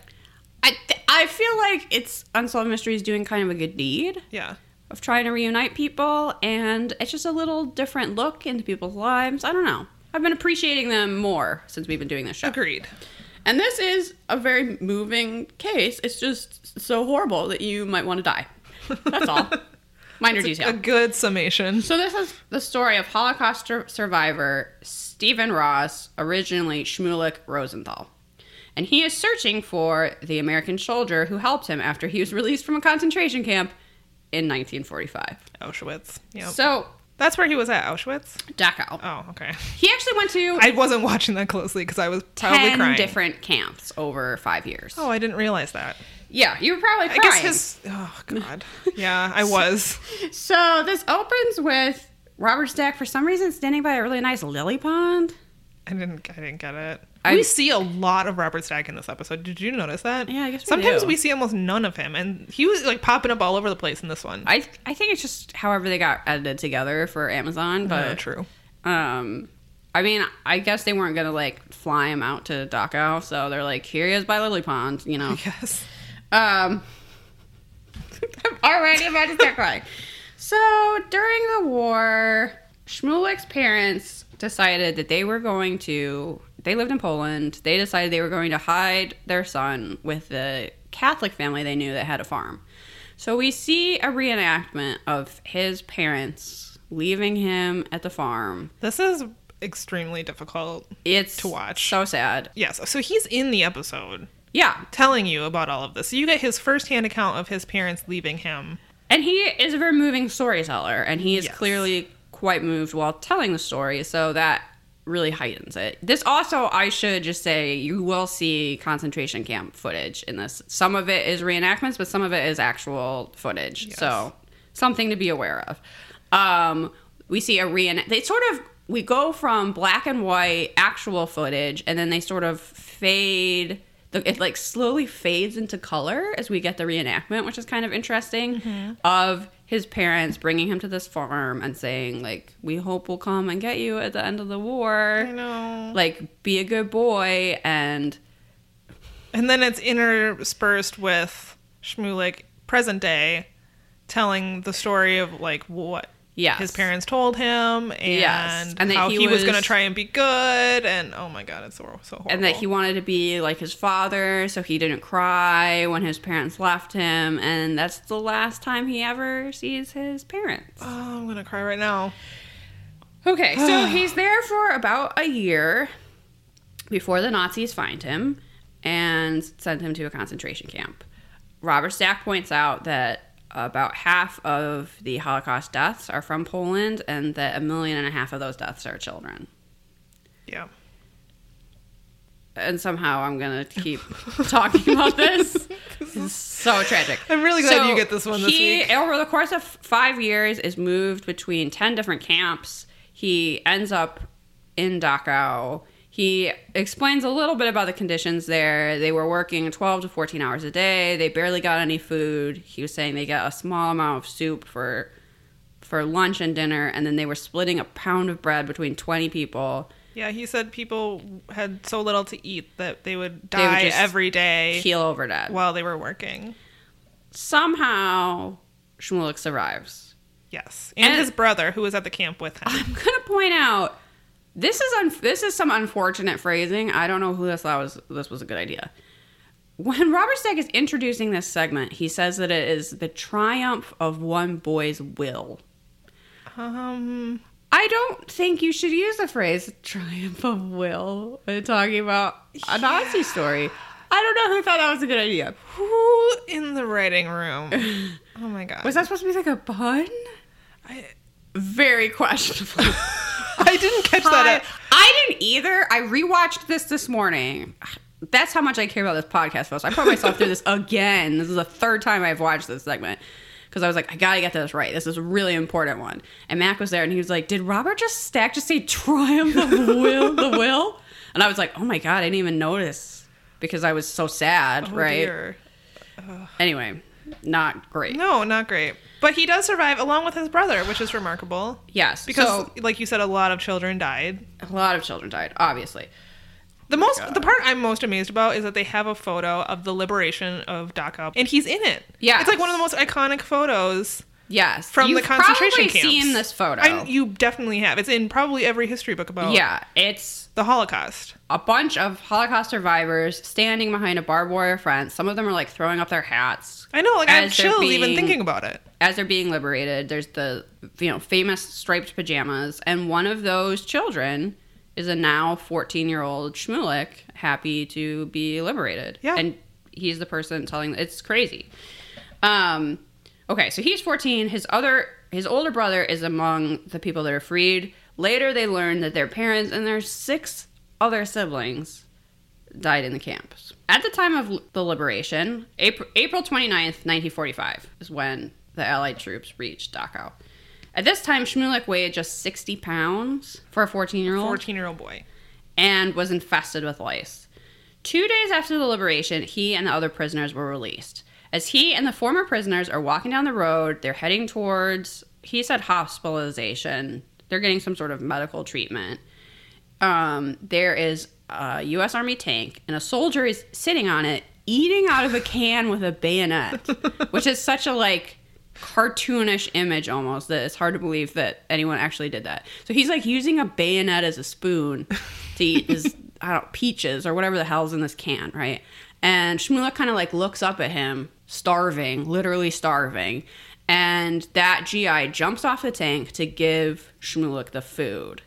[SPEAKER 1] I, th- I feel like it's Unsolved Mysteries doing kind of a good deed.
[SPEAKER 3] yeah,
[SPEAKER 1] of trying to reunite people and it's just a little different look into people's lives i don't know i've been appreciating them more since we've been doing this show
[SPEAKER 3] agreed.
[SPEAKER 1] and this is a very moving case it's just so horrible that you might want to die that's all minor detail
[SPEAKER 3] A good summation.
[SPEAKER 1] so this is the story of Holocaust sur- survivor Stephen Ross, originally Shmulik Rosenthal. And he is searching for the American soldier who helped him after he was released from a concentration camp in 1945.
[SPEAKER 3] Auschwitz. Yeah,
[SPEAKER 1] So,
[SPEAKER 3] that's where he was at Auschwitz.
[SPEAKER 1] Dachau.
[SPEAKER 3] Oh, okay.
[SPEAKER 1] He actually went to
[SPEAKER 3] I wasn't watching that closely because I was probably
[SPEAKER 1] 10
[SPEAKER 3] crying.
[SPEAKER 1] different camps over five years.
[SPEAKER 3] Oh, I didn't realize that.
[SPEAKER 1] Yeah, you were probably
[SPEAKER 3] I
[SPEAKER 1] crying.
[SPEAKER 3] guess his. Oh God. Yeah, I was.
[SPEAKER 1] So, this opens with Robert Stack, for some reason, standing by a really nice lily pond.
[SPEAKER 3] I didn't. I didn't get it.
[SPEAKER 1] I-
[SPEAKER 3] we see a lot of Robert Stack in this episode. Did you notice that?
[SPEAKER 1] Yeah, I guess we
[SPEAKER 3] sometimes
[SPEAKER 1] do.
[SPEAKER 3] we see almost none of him, and he was like popping up all over the place in this one.
[SPEAKER 1] I I think it's just however they got edited together for Amazon,
[SPEAKER 3] Uh,
[SPEAKER 1] but
[SPEAKER 3] true.
[SPEAKER 1] um I mean, I guess they weren't gonna like fly him out to Dachau, so they're like, here he is by Lily Pond, you know.
[SPEAKER 3] Yes.
[SPEAKER 1] Um I'm already about to start crying. So during the war, Shmulek's parents decided that they were going to they lived in Poland. They decided they were going to hide their son with the Catholic family they knew that had a farm. So we see a reenactment of his parents leaving him at the farm.
[SPEAKER 3] This is extremely difficult.
[SPEAKER 1] It's
[SPEAKER 3] To watch.
[SPEAKER 1] So sad.
[SPEAKER 3] Yes. so he's in the episode
[SPEAKER 1] Yeah.
[SPEAKER 3] telling you about all of this. So you get his firsthand account of his parents leaving him.
[SPEAKER 1] And he is a very moving storyteller, and he is
[SPEAKER 3] Yes.
[SPEAKER 1] clearly quite moved while telling the story, so that really heightens it. This also, I should just say, you will see concentration camp footage in this. Some of it is reenactments, but some of it is actual footage. So, something to be aware of. Um, we see a reenact. They sort of we go from black and white actual footage, and then they sort of fade. the- It like slowly fades into color as we get the reenactment, which is kind of interesting.
[SPEAKER 3] Mm-hmm.
[SPEAKER 1] Of his parents bringing him to this farm and saying like, "We hope we'll come and get you at the end of the war."
[SPEAKER 3] I know.
[SPEAKER 1] Like, be a good boy and
[SPEAKER 3] And then it's interspersed with Shmulik present day telling the story of like what
[SPEAKER 1] Yes.
[SPEAKER 3] his parents told him and,
[SPEAKER 1] Yes. And that
[SPEAKER 3] how
[SPEAKER 1] he
[SPEAKER 3] he, was,
[SPEAKER 1] was-
[SPEAKER 3] going to try and be good and oh my god it's so, so horrible.
[SPEAKER 1] and that he wanted to be like his father so he didn't cry when his parents left him and that's the last time he ever sees his parents
[SPEAKER 3] Oh, I'm going to cry right now.
[SPEAKER 1] okay so he's there for about a year before the nazis find him and send him to a concentration camp robert stack points out that about half of the holocaust deaths are from poland and that a million and a half of those deaths are children
[SPEAKER 3] Yeah.
[SPEAKER 1] and somehow I'm gonna keep talking about this. It's so tragic.
[SPEAKER 3] I'm really glad you get this one this
[SPEAKER 1] he,
[SPEAKER 3] week.
[SPEAKER 1] Over the course of five years, is moved between ten different camps. He ends up in Dachau. He explains a little bit about the conditions there. They were working 12 to 14 hours a day. They barely got any food. He was saying they got a small amount of soup for for lunch and dinner, and then they were splitting a pound of bread between 20 people.
[SPEAKER 3] Yeah, he said people had so little to eat that they would
[SPEAKER 1] would
[SPEAKER 3] die
[SPEAKER 1] just
[SPEAKER 3] every day
[SPEAKER 1] Keel over dead.
[SPEAKER 3] while they were working.
[SPEAKER 1] somehow Shmulik survives.
[SPEAKER 3] Yes. And,
[SPEAKER 1] And-
[SPEAKER 3] his brother who was at the camp with him.
[SPEAKER 1] I'm gonna point out this is un- this is some unfortunate phrasing. I don't know who this thought was this was a good idea. When Robert Stack is introducing this segment, he says that it is the triumph of one boy's will.
[SPEAKER 3] um
[SPEAKER 1] I don't think you should use the phrase triumph of will when talking about a Nazi story. I don't know who thought that was a good idea.
[SPEAKER 3] who in the writing room? Oh my god.
[SPEAKER 1] Was that supposed to be like a pun?
[SPEAKER 3] I,
[SPEAKER 1] Very questionable.
[SPEAKER 3] I didn't catch that.
[SPEAKER 1] Hi. I didn't either. I rewatched this this morning. That's how much I care about this podcast, folks. I put myself through this again. This is the third time I've watched this segment because I was like, I gotta get this right. This is a really important one. And Mac was there, and he was like, "Did Robert just stack just say triumph of will the will?" And I was like, "Oh my god, I didn't even notice because I was so sad."
[SPEAKER 3] Oh,
[SPEAKER 1] right?
[SPEAKER 3] dear.
[SPEAKER 1] Anyway, not great.
[SPEAKER 3] No, not great. But he does survive along with his brother, which is remarkable.
[SPEAKER 1] Yes,
[SPEAKER 3] Because
[SPEAKER 1] so
[SPEAKER 3] like you said, a lot of children died.
[SPEAKER 1] a lot of children died, obviously. Oh
[SPEAKER 3] The most the part I'm most amazed about is that they have a photo of the liberation of Dachau and he's in it.
[SPEAKER 1] Yes.
[SPEAKER 3] It's like one of the most iconic photos
[SPEAKER 1] Yes,
[SPEAKER 3] from
[SPEAKER 1] You've
[SPEAKER 3] the concentration
[SPEAKER 1] probably
[SPEAKER 3] camps.
[SPEAKER 1] Seen this photo?
[SPEAKER 3] I- you definitely have. It's in probably every history book about
[SPEAKER 1] Yeah, it's
[SPEAKER 3] the Holocaust.
[SPEAKER 1] a bunch of Holocaust survivors standing behind a barbed wire fence. Some of them are like throwing up their hats
[SPEAKER 3] I know, like I have
[SPEAKER 1] As they're
[SPEAKER 3] chills even
[SPEAKER 1] being-
[SPEAKER 3] thinking about it.
[SPEAKER 1] as they're being liberated. There's the you know famous striped pajamas, and one of those children is a now 14 year old Shmulik, happy to be liberated.
[SPEAKER 3] Yeah.
[SPEAKER 1] and he's the person telling. It's crazy. Um, okay, so he's 14. His other, his older brother is among the people that are freed. Later, they learn that their parents and their six other siblings died in the camps. At the time of l- the liberation, April, April 29th, 1945, is when the Allied troops reached Dachau. At this time, Shmulik weighed just 60 pounds for a 14 year old
[SPEAKER 3] Fourteen year old boy.
[SPEAKER 1] and was infested with lice. Two days after the liberation, he and the other prisoners were released. As he and the former prisoners are walking down the road, they're heading towards, he said, hospitalization. They're getting some sort of medical treatment. Um, there is a U.S. Army tank, and a soldier is sitting on it, eating out of a can with a bayonet, which is such a like cartoonish image almost that it's hard to believe that anyone actually did that. So he's like using a bayonet as a spoon to eat his I don't peaches or whatever the hell's in this can, right? And Shmula kind of like looks up at him, starving, literally starving. And that GI jumps off the tank to give Shmulek the food.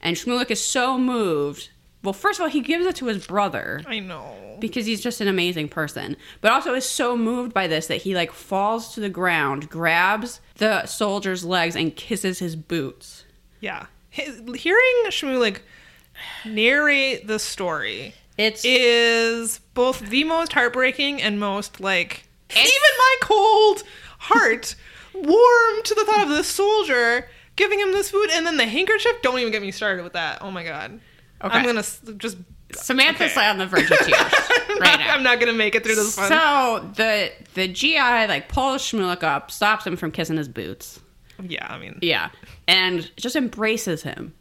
[SPEAKER 1] And Shmulek is so moved. Well, first of all, he gives it to his brother
[SPEAKER 3] I know.
[SPEAKER 1] because he's just an amazing person, but also is so moved by this that he like falls to the ground, grabs the soldier's legs, and kisses his boots.
[SPEAKER 3] Yeah. His, hearing Shmulik narrate the story
[SPEAKER 1] It's
[SPEAKER 3] is both the most heartbreaking and most like
[SPEAKER 1] It's-
[SPEAKER 3] even my cold heart warmed to the thought of this soldier giving him this food and then the handkerchief. Don't even get me started with that. Oh my god.
[SPEAKER 1] Okay.
[SPEAKER 3] I'm gonna s- just.
[SPEAKER 1] Samantha's on the verge of tears
[SPEAKER 3] I'm
[SPEAKER 1] right
[SPEAKER 3] not,
[SPEAKER 1] now.
[SPEAKER 3] I'm not gonna make it through this one.
[SPEAKER 1] So the the GI like pulls Shmulek up, stops him from kissing his boots.
[SPEAKER 3] yeah, I mean,
[SPEAKER 1] Yeah. And just embraces him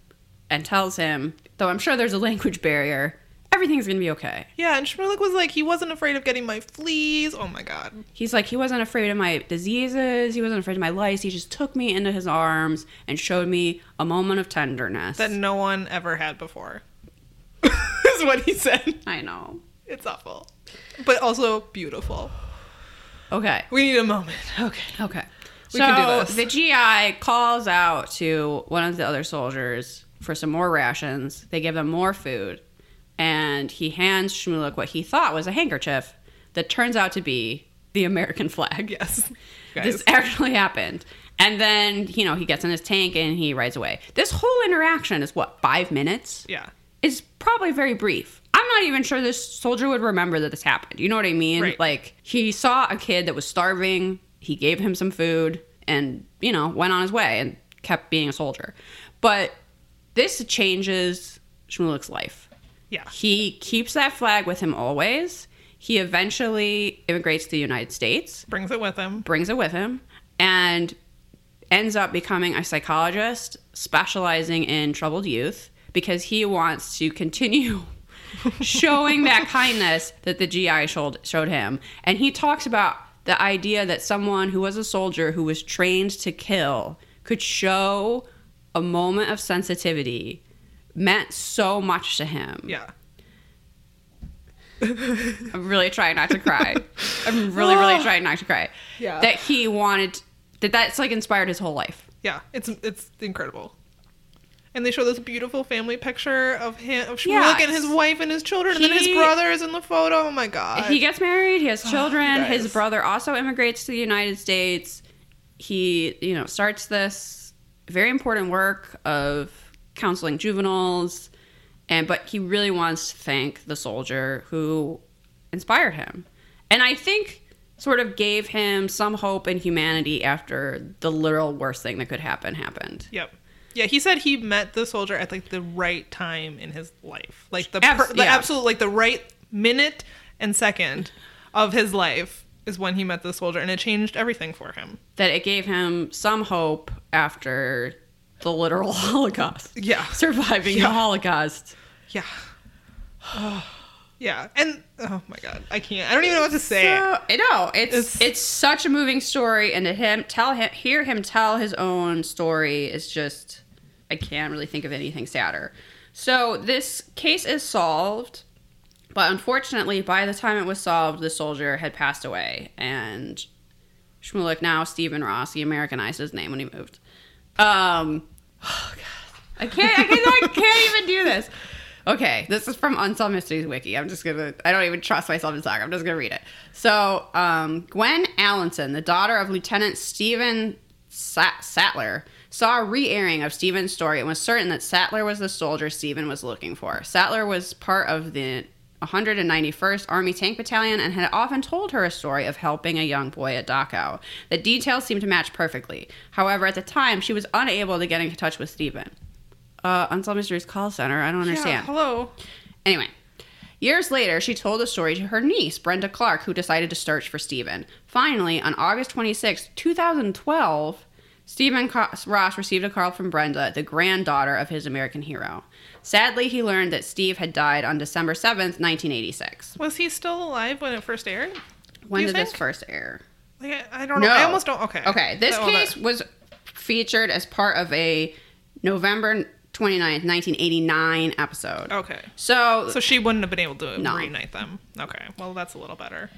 [SPEAKER 1] and tells him, though I'm sure there's a language barrier, everything's going to be okay.
[SPEAKER 3] yeah. And Shmulik was like, he wasn't afraid of getting my fleas. Oh my god.
[SPEAKER 1] He's like, he wasn't afraid of my diseases. He wasn't afraid of my lice. He just took me into his arms and showed me a moment of tenderness.
[SPEAKER 3] that no one ever had before. is what he said.
[SPEAKER 1] I know.
[SPEAKER 3] It's awful, but also beautiful.
[SPEAKER 1] Okay.
[SPEAKER 3] We need a moment. Okay.
[SPEAKER 1] Okay.
[SPEAKER 3] We
[SPEAKER 1] so
[SPEAKER 3] can do this.
[SPEAKER 1] the GI calls out to one of the other soldiers for some more rations. They give him more food, and he hands Shmulek what he thought was a handkerchief that turns out to be the American flag.
[SPEAKER 3] Yes.
[SPEAKER 1] This actually happened. And then, you know, he gets in his tank and he rides away. This whole interaction is what, five minutes?
[SPEAKER 3] yeah.
[SPEAKER 1] It's probably very brief. I'm not even sure this soldier would remember that this happened. You know what I mean?
[SPEAKER 3] Right.
[SPEAKER 1] Like, he saw a kid that was starving, he gave him some food, and, you know, went on his way and kept being a soldier. But this changes Shmulek's life.
[SPEAKER 3] Yeah.
[SPEAKER 1] He keeps that flag with him always. He eventually immigrates to the United States
[SPEAKER 3] Brings it with him.
[SPEAKER 1] brings it with him and ends up becoming a psychologist specializing in troubled youth because he wants to continue showing that kindness that the GI showed, showed him. And he talks about the idea that someone who was a soldier who was trained to kill could show a moment of sensitivity meant so much to him.
[SPEAKER 3] Yeah.
[SPEAKER 1] I'm really trying not to cry. I'm really, really trying not to cry.
[SPEAKER 3] Yeah.
[SPEAKER 1] That he wanted that that's like inspired his whole life.
[SPEAKER 3] Yeah. It's it's incredible. And they show this beautiful family picture of him, of Shmulik
[SPEAKER 1] Yeah.
[SPEAKER 3] and his wife and his children, and then his
[SPEAKER 1] He-
[SPEAKER 3] brother is in the photo. Oh my god.
[SPEAKER 1] he gets married. He has children. his
[SPEAKER 3] guys.
[SPEAKER 1] brother also immigrates to the United States. He, you know, starts this very important work of counseling juveniles, and but he really wants to thank the soldier who inspired him, and I think sort of gave him some hope in humanity after the literal worst thing that could happen happened.
[SPEAKER 3] Yep. Yeah, he said he met the soldier at like the right time in his life, like the, per-
[SPEAKER 1] Abs-
[SPEAKER 3] the
[SPEAKER 1] yeah.
[SPEAKER 3] absolute like the right minute and second of his life is when he met the soldier, and it changed everything for him.
[SPEAKER 1] that it gave him some hope after the literal Holocaust.
[SPEAKER 3] Yeah.
[SPEAKER 1] Surviving the Holocaust.
[SPEAKER 3] Yeah. yeah, and oh my god, I can't. I don't even know what to say.
[SPEAKER 1] So, I know it's,
[SPEAKER 3] Eh. It's-
[SPEAKER 1] it's such a moving story, and to him tell him hear him tell his own story is just I can't really think of anything sadder. So this case is solved, but unfortunately, by the time it was solved, the soldier had passed away, and Shmulek now Stephen Ross he Americanized his name when he moved. Um, oh god, I can't I, can't, I can't even do this. Okay, this is from Unsolved Mysteries Wiki. I'm just gonna, I don't even trust myself to talk. I'm just gonna read it. So, um, Gwen Allenson, the daughter of Lieutenant Stephen Sa- Sattler, saw a re airing of Stephen's story and was certain that Sattler was the soldier Stephen was looking for. Sattler was part of the 191st Army Tank Battalion and had often told her a story of helping a young boy at Dachau. The details seemed to match perfectly. However, at the time, she was unable to get in touch with Stephen. Uh, Unsolved Mysteries Call Center. I don't
[SPEAKER 3] Yeah,
[SPEAKER 1] understand.
[SPEAKER 3] hello.
[SPEAKER 1] Anyway, years later, she told the story to her niece, Brenda Clark, who decided to search for Stephen. Finally, on August 26, 2012, Stephen Co- Ross received a call from Brenda, the granddaughter of his American hero. Sadly, he learned that Steve had died on December 7th, 1986.
[SPEAKER 3] Was he still alive when it first aired?
[SPEAKER 1] When
[SPEAKER 3] You
[SPEAKER 1] did this
[SPEAKER 3] think?
[SPEAKER 1] first air?
[SPEAKER 3] Like I, I don't know. I almost don't. Okay.
[SPEAKER 1] Okay. This
[SPEAKER 3] Well, that-
[SPEAKER 1] case was featured as part of a November 29th, 1989 episode.
[SPEAKER 3] Okay.
[SPEAKER 1] So,
[SPEAKER 3] So she wouldn't have been able to
[SPEAKER 1] No.
[SPEAKER 3] reunite them. Okay. Well, that's a little better.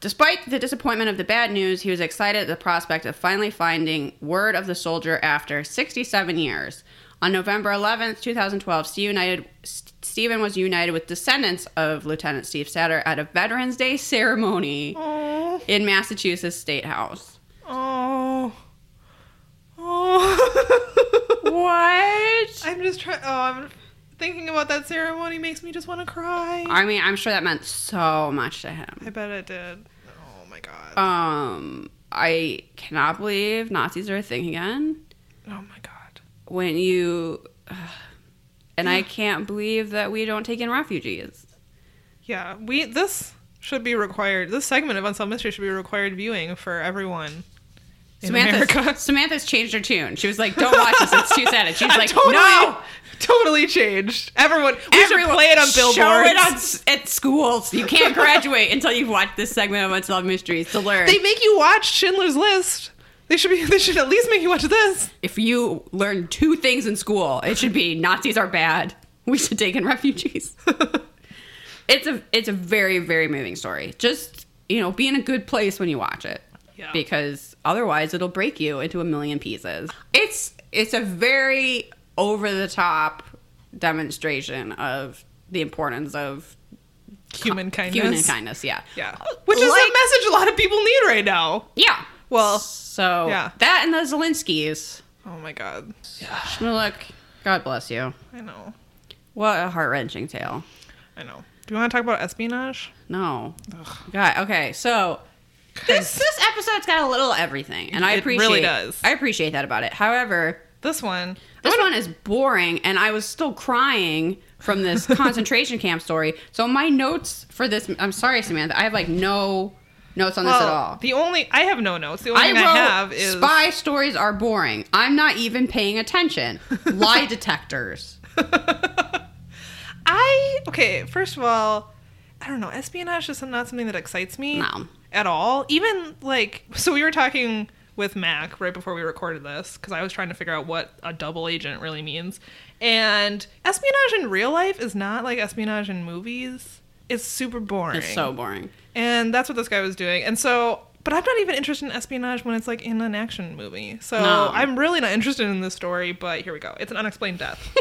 [SPEAKER 1] despite the disappointment of the bad news, he was excited at the prospect of finally finding word of the soldier after 67 years. On November 11th, 2012, Steve United, S- Stephen was united with descendants of Lieutenant Steve Satter at a Veterans Day ceremony
[SPEAKER 3] Oh.
[SPEAKER 1] in Massachusetts State House.
[SPEAKER 3] Oh. Oh.
[SPEAKER 1] What?
[SPEAKER 3] I'm just trying. Oh, I'm thinking about that ceremony makes me just want to cry.
[SPEAKER 1] I mean, I'm sure that meant so much to him.
[SPEAKER 3] I bet it did. Oh my god.
[SPEAKER 1] Um, I cannot believe Nazis are a thing again.
[SPEAKER 3] oh my god.
[SPEAKER 1] When you, and I can't believe that we don't take in refugees.
[SPEAKER 3] Yeah, we this should be required. This segment of Unsolved Mystery should be required viewing for everyone in America.
[SPEAKER 1] Samantha's, Samantha's changed her tune. She was like, "Don't watch this; it's too sad." And she's like,
[SPEAKER 3] totally,
[SPEAKER 1] "No,
[SPEAKER 3] totally changed. Everyone, we should play it on billboards.
[SPEAKER 1] Show it on, s- at schools. You can't graduate until you've watched this segment of Unsolved Mysteries to learn.
[SPEAKER 3] they make you watch Schindler's List. They should be. They should at least make you watch this.
[SPEAKER 1] if you learn two things in school, it should be Nazis are bad. We should take in refugees. it's a it's a very very moving story. Just you know, be in a good place when you watch it,
[SPEAKER 3] Yeah.
[SPEAKER 1] because otherwise it'll break you into a million pieces. It's it's a very over the top demonstration of the importance of
[SPEAKER 3] Human kindness.
[SPEAKER 1] human kindness. Yeah,
[SPEAKER 3] Yeah, which is
[SPEAKER 1] Like-
[SPEAKER 3] a message a lot of people need right now.
[SPEAKER 1] yeah.
[SPEAKER 3] Well,
[SPEAKER 1] so
[SPEAKER 3] yeah.
[SPEAKER 1] that and the Zelinskys.
[SPEAKER 3] Oh my god.
[SPEAKER 1] Shmulek, God bless you.
[SPEAKER 3] I know.
[SPEAKER 1] What a heart wrenching tale.
[SPEAKER 3] I know. Do you want to talk about espionage?
[SPEAKER 1] No. God. Okay. So this this episode's got a little of everything, and I
[SPEAKER 3] It
[SPEAKER 1] appreciate
[SPEAKER 3] really does.
[SPEAKER 1] I appreciate that about it. However,
[SPEAKER 3] This one.
[SPEAKER 1] this one is boring, and I was still crying from this concentration camp story. So my notes for this, I'm sorry, Samantha, I have like no notes on this at all.
[SPEAKER 3] Oh, The only I have no notes. The only
[SPEAKER 1] I
[SPEAKER 3] thing
[SPEAKER 1] wrote
[SPEAKER 3] I have is
[SPEAKER 1] spy stories are boring. I'm not even paying attention. Lie detectors.
[SPEAKER 3] I okay. First of all, I don't know. Espionage is not something that excites me
[SPEAKER 1] No.
[SPEAKER 3] at all. Even like so, we were talking with Mac right before we recorded this because I was trying to figure out what a double agent really means. And espionage in real life is not like espionage in movies. It's super boring.
[SPEAKER 1] It's so boring.
[SPEAKER 3] and that's what this guy was doing. And so, but I'm not even interested in espionage when it's like in an action movie. So
[SPEAKER 1] No.
[SPEAKER 3] I'm really not interested in this story. But here we go. It's an unexplained death.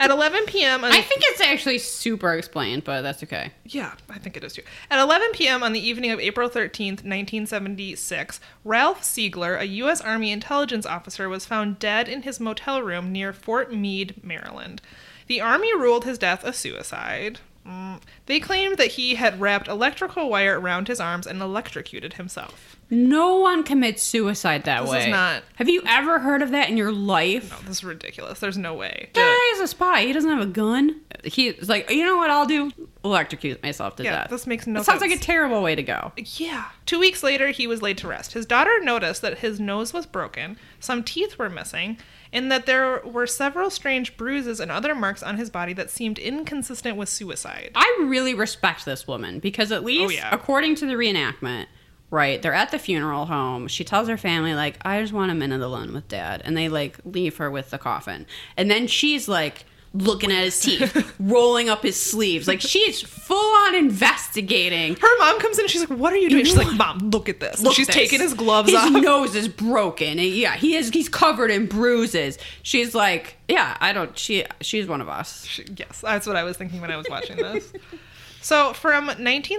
[SPEAKER 3] At 11 p.m. on
[SPEAKER 1] I think it's actually super explained, but that's okay.
[SPEAKER 3] Yeah, I think it is too. At 11 p.m. on the evening of April 13th, 1976, Ralph Siegler, a U.S. Army intelligence officer, was found dead in his motel room near Fort Meade, Maryland. The Army ruled his death a suicide. Mm. They claimed that he had wrapped electrical wire around his arms and electrocuted himself.
[SPEAKER 1] No one commits suicide that
[SPEAKER 3] This
[SPEAKER 1] way.
[SPEAKER 3] is not-
[SPEAKER 1] Have you ever heard of that in your life?
[SPEAKER 3] Oh, this is ridiculous. There's no way.
[SPEAKER 1] That guy's a spy. He doesn't have a gun. He's like, you know what I'll do? Electrocute myself to
[SPEAKER 3] Yeah,
[SPEAKER 1] death.
[SPEAKER 3] this makes no
[SPEAKER 1] That sounds like a
[SPEAKER 3] sense.
[SPEAKER 1] terrible way to go.
[SPEAKER 3] Yeah. Two weeks later, he was laid to rest. His daughter noticed that his nose was broken, some teeth were missing, and that there were several strange bruises and other marks on his body that seemed inconsistent with suicide.
[SPEAKER 1] I really respect this woman because at least
[SPEAKER 3] Oh, yeah.
[SPEAKER 1] according to the reenactment, right, they're at the funeral home. She tells her family, like, I just want a minute alone with dad. And they like leave her with the coffin. And then she's like looking at his teeth, rolling up his sleeves. Like she's full on investigating
[SPEAKER 3] Her mom comes in, she's like, What are you doing? She's like, Mom, look at this. And
[SPEAKER 1] Look
[SPEAKER 3] she's
[SPEAKER 1] this.
[SPEAKER 3] taking his gloves off.
[SPEAKER 1] His nose is broken. And yeah, he is. He's covered in bruises. She's like, yeah, I don't. She she's one of us.
[SPEAKER 3] Sh- yes, that's what I was thinking when I was watching this. So, from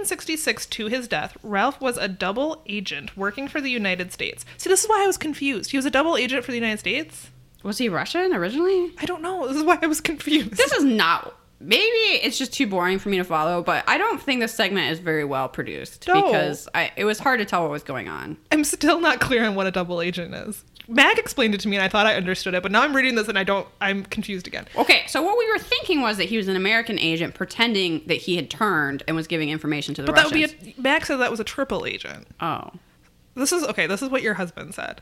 [SPEAKER 3] 1966 to his death, Ralph was a double agent working for the United States. See, this is why I was confused. He was a double agent for the United States?
[SPEAKER 1] Was he Russian originally?
[SPEAKER 3] I don't know. This is why I was confused.
[SPEAKER 1] This is not. Maybe it's just too boring for me to follow, but I don't think this segment is very well produced
[SPEAKER 3] No.
[SPEAKER 1] because I, it was hard to tell what was going on.
[SPEAKER 3] I'm still not clear on what a double agent is. Mac explained it to me and I thought I understood it, but now I'm reading this and I don't I'm confused again.
[SPEAKER 1] Okay, so what we were thinking was that he was an American agent pretending that he had turned and was giving information to the
[SPEAKER 3] But
[SPEAKER 1] Russians.
[SPEAKER 3] that would be a Mac said that was a triple agent.
[SPEAKER 1] oh,
[SPEAKER 3] This is okay, this is what your husband said.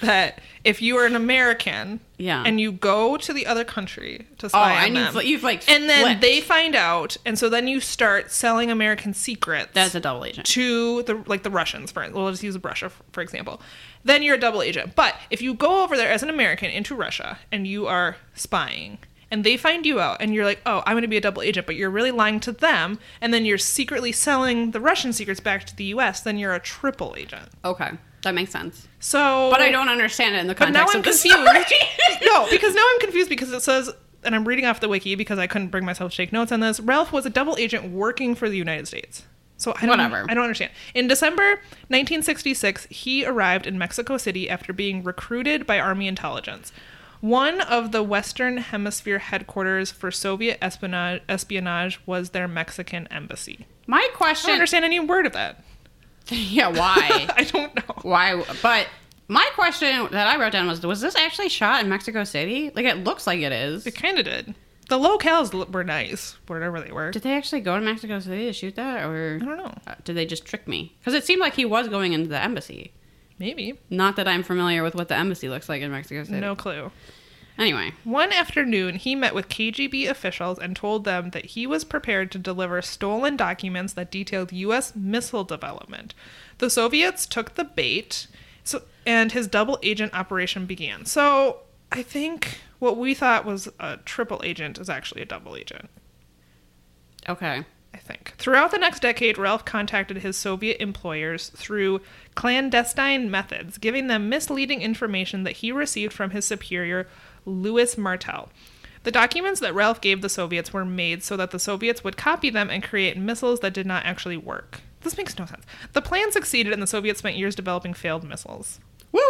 [SPEAKER 3] That if you are an American
[SPEAKER 1] Yeah.
[SPEAKER 3] and you go to the other country to
[SPEAKER 1] oh,
[SPEAKER 3] spy on
[SPEAKER 1] and
[SPEAKER 3] them,
[SPEAKER 1] you've, li- you've like
[SPEAKER 3] and then
[SPEAKER 1] flipped.
[SPEAKER 3] they find out and so then you start selling American secrets
[SPEAKER 1] that's a double agent.
[SPEAKER 3] to the like the Russians for we'll just use Russia for example. then you're a double agent. But if you go over there as an American into Russia and you are spying and they find you out and you're like, oh, I'm going to be a double agent, but you're really lying to them, and then you're secretly selling the Russian secrets back to the US, then you're a triple agent.
[SPEAKER 1] Okay, that makes sense.
[SPEAKER 3] So.
[SPEAKER 1] But I don't understand it in the
[SPEAKER 3] But now
[SPEAKER 1] context
[SPEAKER 3] I'm
[SPEAKER 1] of this feud.
[SPEAKER 3] confused. no, because now I'm confused because it says, and I'm reading off the wiki because I couldn't bring myself to take notes on this. Ralph was a double agent working for the United States. So I don't,
[SPEAKER 1] Whatever.
[SPEAKER 3] I don't understand. In December 1966, he arrived in Mexico City after being recruited by Army intelligence. One of the Western Hemisphere headquarters for Soviet espionage, espionage was their Mexican embassy.
[SPEAKER 1] My
[SPEAKER 3] I don't
[SPEAKER 1] question.
[SPEAKER 3] understand any word of that.
[SPEAKER 1] Yeah, why?
[SPEAKER 3] I don't know.
[SPEAKER 1] why? But my question that I wrote down was: Was this actually shot in Mexico City? Like, it looks like it is.
[SPEAKER 3] It kind of did. The locales l- were nice, wherever they were.
[SPEAKER 1] Did they actually go to Mexico City to shoot that, or
[SPEAKER 3] I don't know.
[SPEAKER 1] uh, did they just trick me? Because it seemed like he was going into the embassy.
[SPEAKER 3] Maybe.
[SPEAKER 1] Not that I'm familiar with what the embassy looks like in Mexico City.
[SPEAKER 3] No clue.
[SPEAKER 1] Anyway,
[SPEAKER 3] One afternoon, he met with KGB officials and told them that he was prepared to deliver stolen documents that detailed U.S. missile development. The Soviets took the bait, so, and his double agent operation began. So I think what we thought was a triple agent is actually a double agent.
[SPEAKER 1] okay.
[SPEAKER 3] I think. Throughout the next decade, Ralph contacted his Soviet employers through clandestine methods, giving them misleading information that he received from his superior, Louis Martel. The documents that Ralph gave the Soviets were made so that the Soviets would copy them and create missiles that did not actually work. This makes no sense. The plan succeeded, and the Soviets spent years developing failed missiles.
[SPEAKER 1] Woo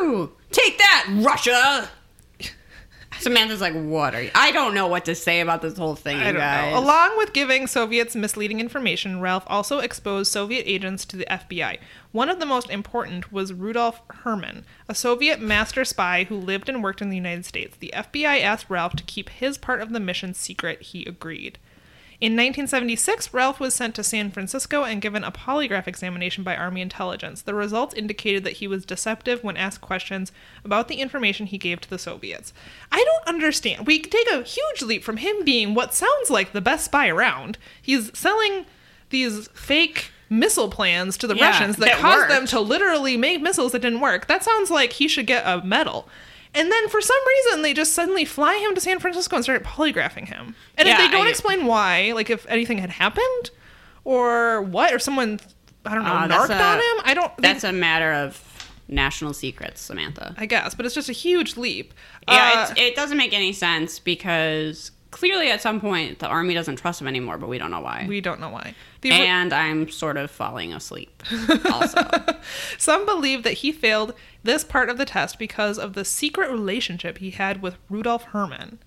[SPEAKER 1] woo! Take that, Russia! Samantha's like, what are you? I don't know what to say about this whole thing,
[SPEAKER 3] I
[SPEAKER 1] you
[SPEAKER 3] don't
[SPEAKER 1] guys.
[SPEAKER 3] know. Along with giving Soviets misleading information, Ralph also exposed Soviet agents to the FBI. One of the most important was Rudolf Herman, a Soviet master spy who lived and worked in the United States. The FBI asked Ralph to keep his part of the mission secret. He agreed. In 1976, Ralph was sent to San Francisco and given a polygraph examination by Army intelligence. The results indicated that he was deceptive when asked questions about the information he gave to the Soviets. I don't understand. We take a huge leap from him being what sounds like the best spy around. He's selling these fake missile plans to the
[SPEAKER 1] Yeah,
[SPEAKER 3] Russians that,
[SPEAKER 1] that
[SPEAKER 3] caused them
[SPEAKER 1] worked.
[SPEAKER 3] to literally make missiles that didn't work. That sounds like he should get a medal. And then for some reason they just suddenly fly him to San Francisco and start polygraphing him. And if
[SPEAKER 1] Yeah,
[SPEAKER 3] they don't
[SPEAKER 1] I-
[SPEAKER 3] explain why, like if anything had happened or what, or someone, I don't know,
[SPEAKER 1] Uh, that's
[SPEAKER 3] narked on
[SPEAKER 1] a-
[SPEAKER 3] him, I don't,
[SPEAKER 1] That's a matter of national secrets, Samantha.
[SPEAKER 3] I guess, but it's just a huge leap. Uh,
[SPEAKER 1] Yeah, it's, it doesn't make any sense because clearly at some point the army doesn't trust him anymore, but we don't know why.
[SPEAKER 3] we don't know why. The ri-
[SPEAKER 1] and I'm sort of falling asleep also.
[SPEAKER 3] Some believe that he failed this part of the test because of the secret relationship he had with Rudolf Herman.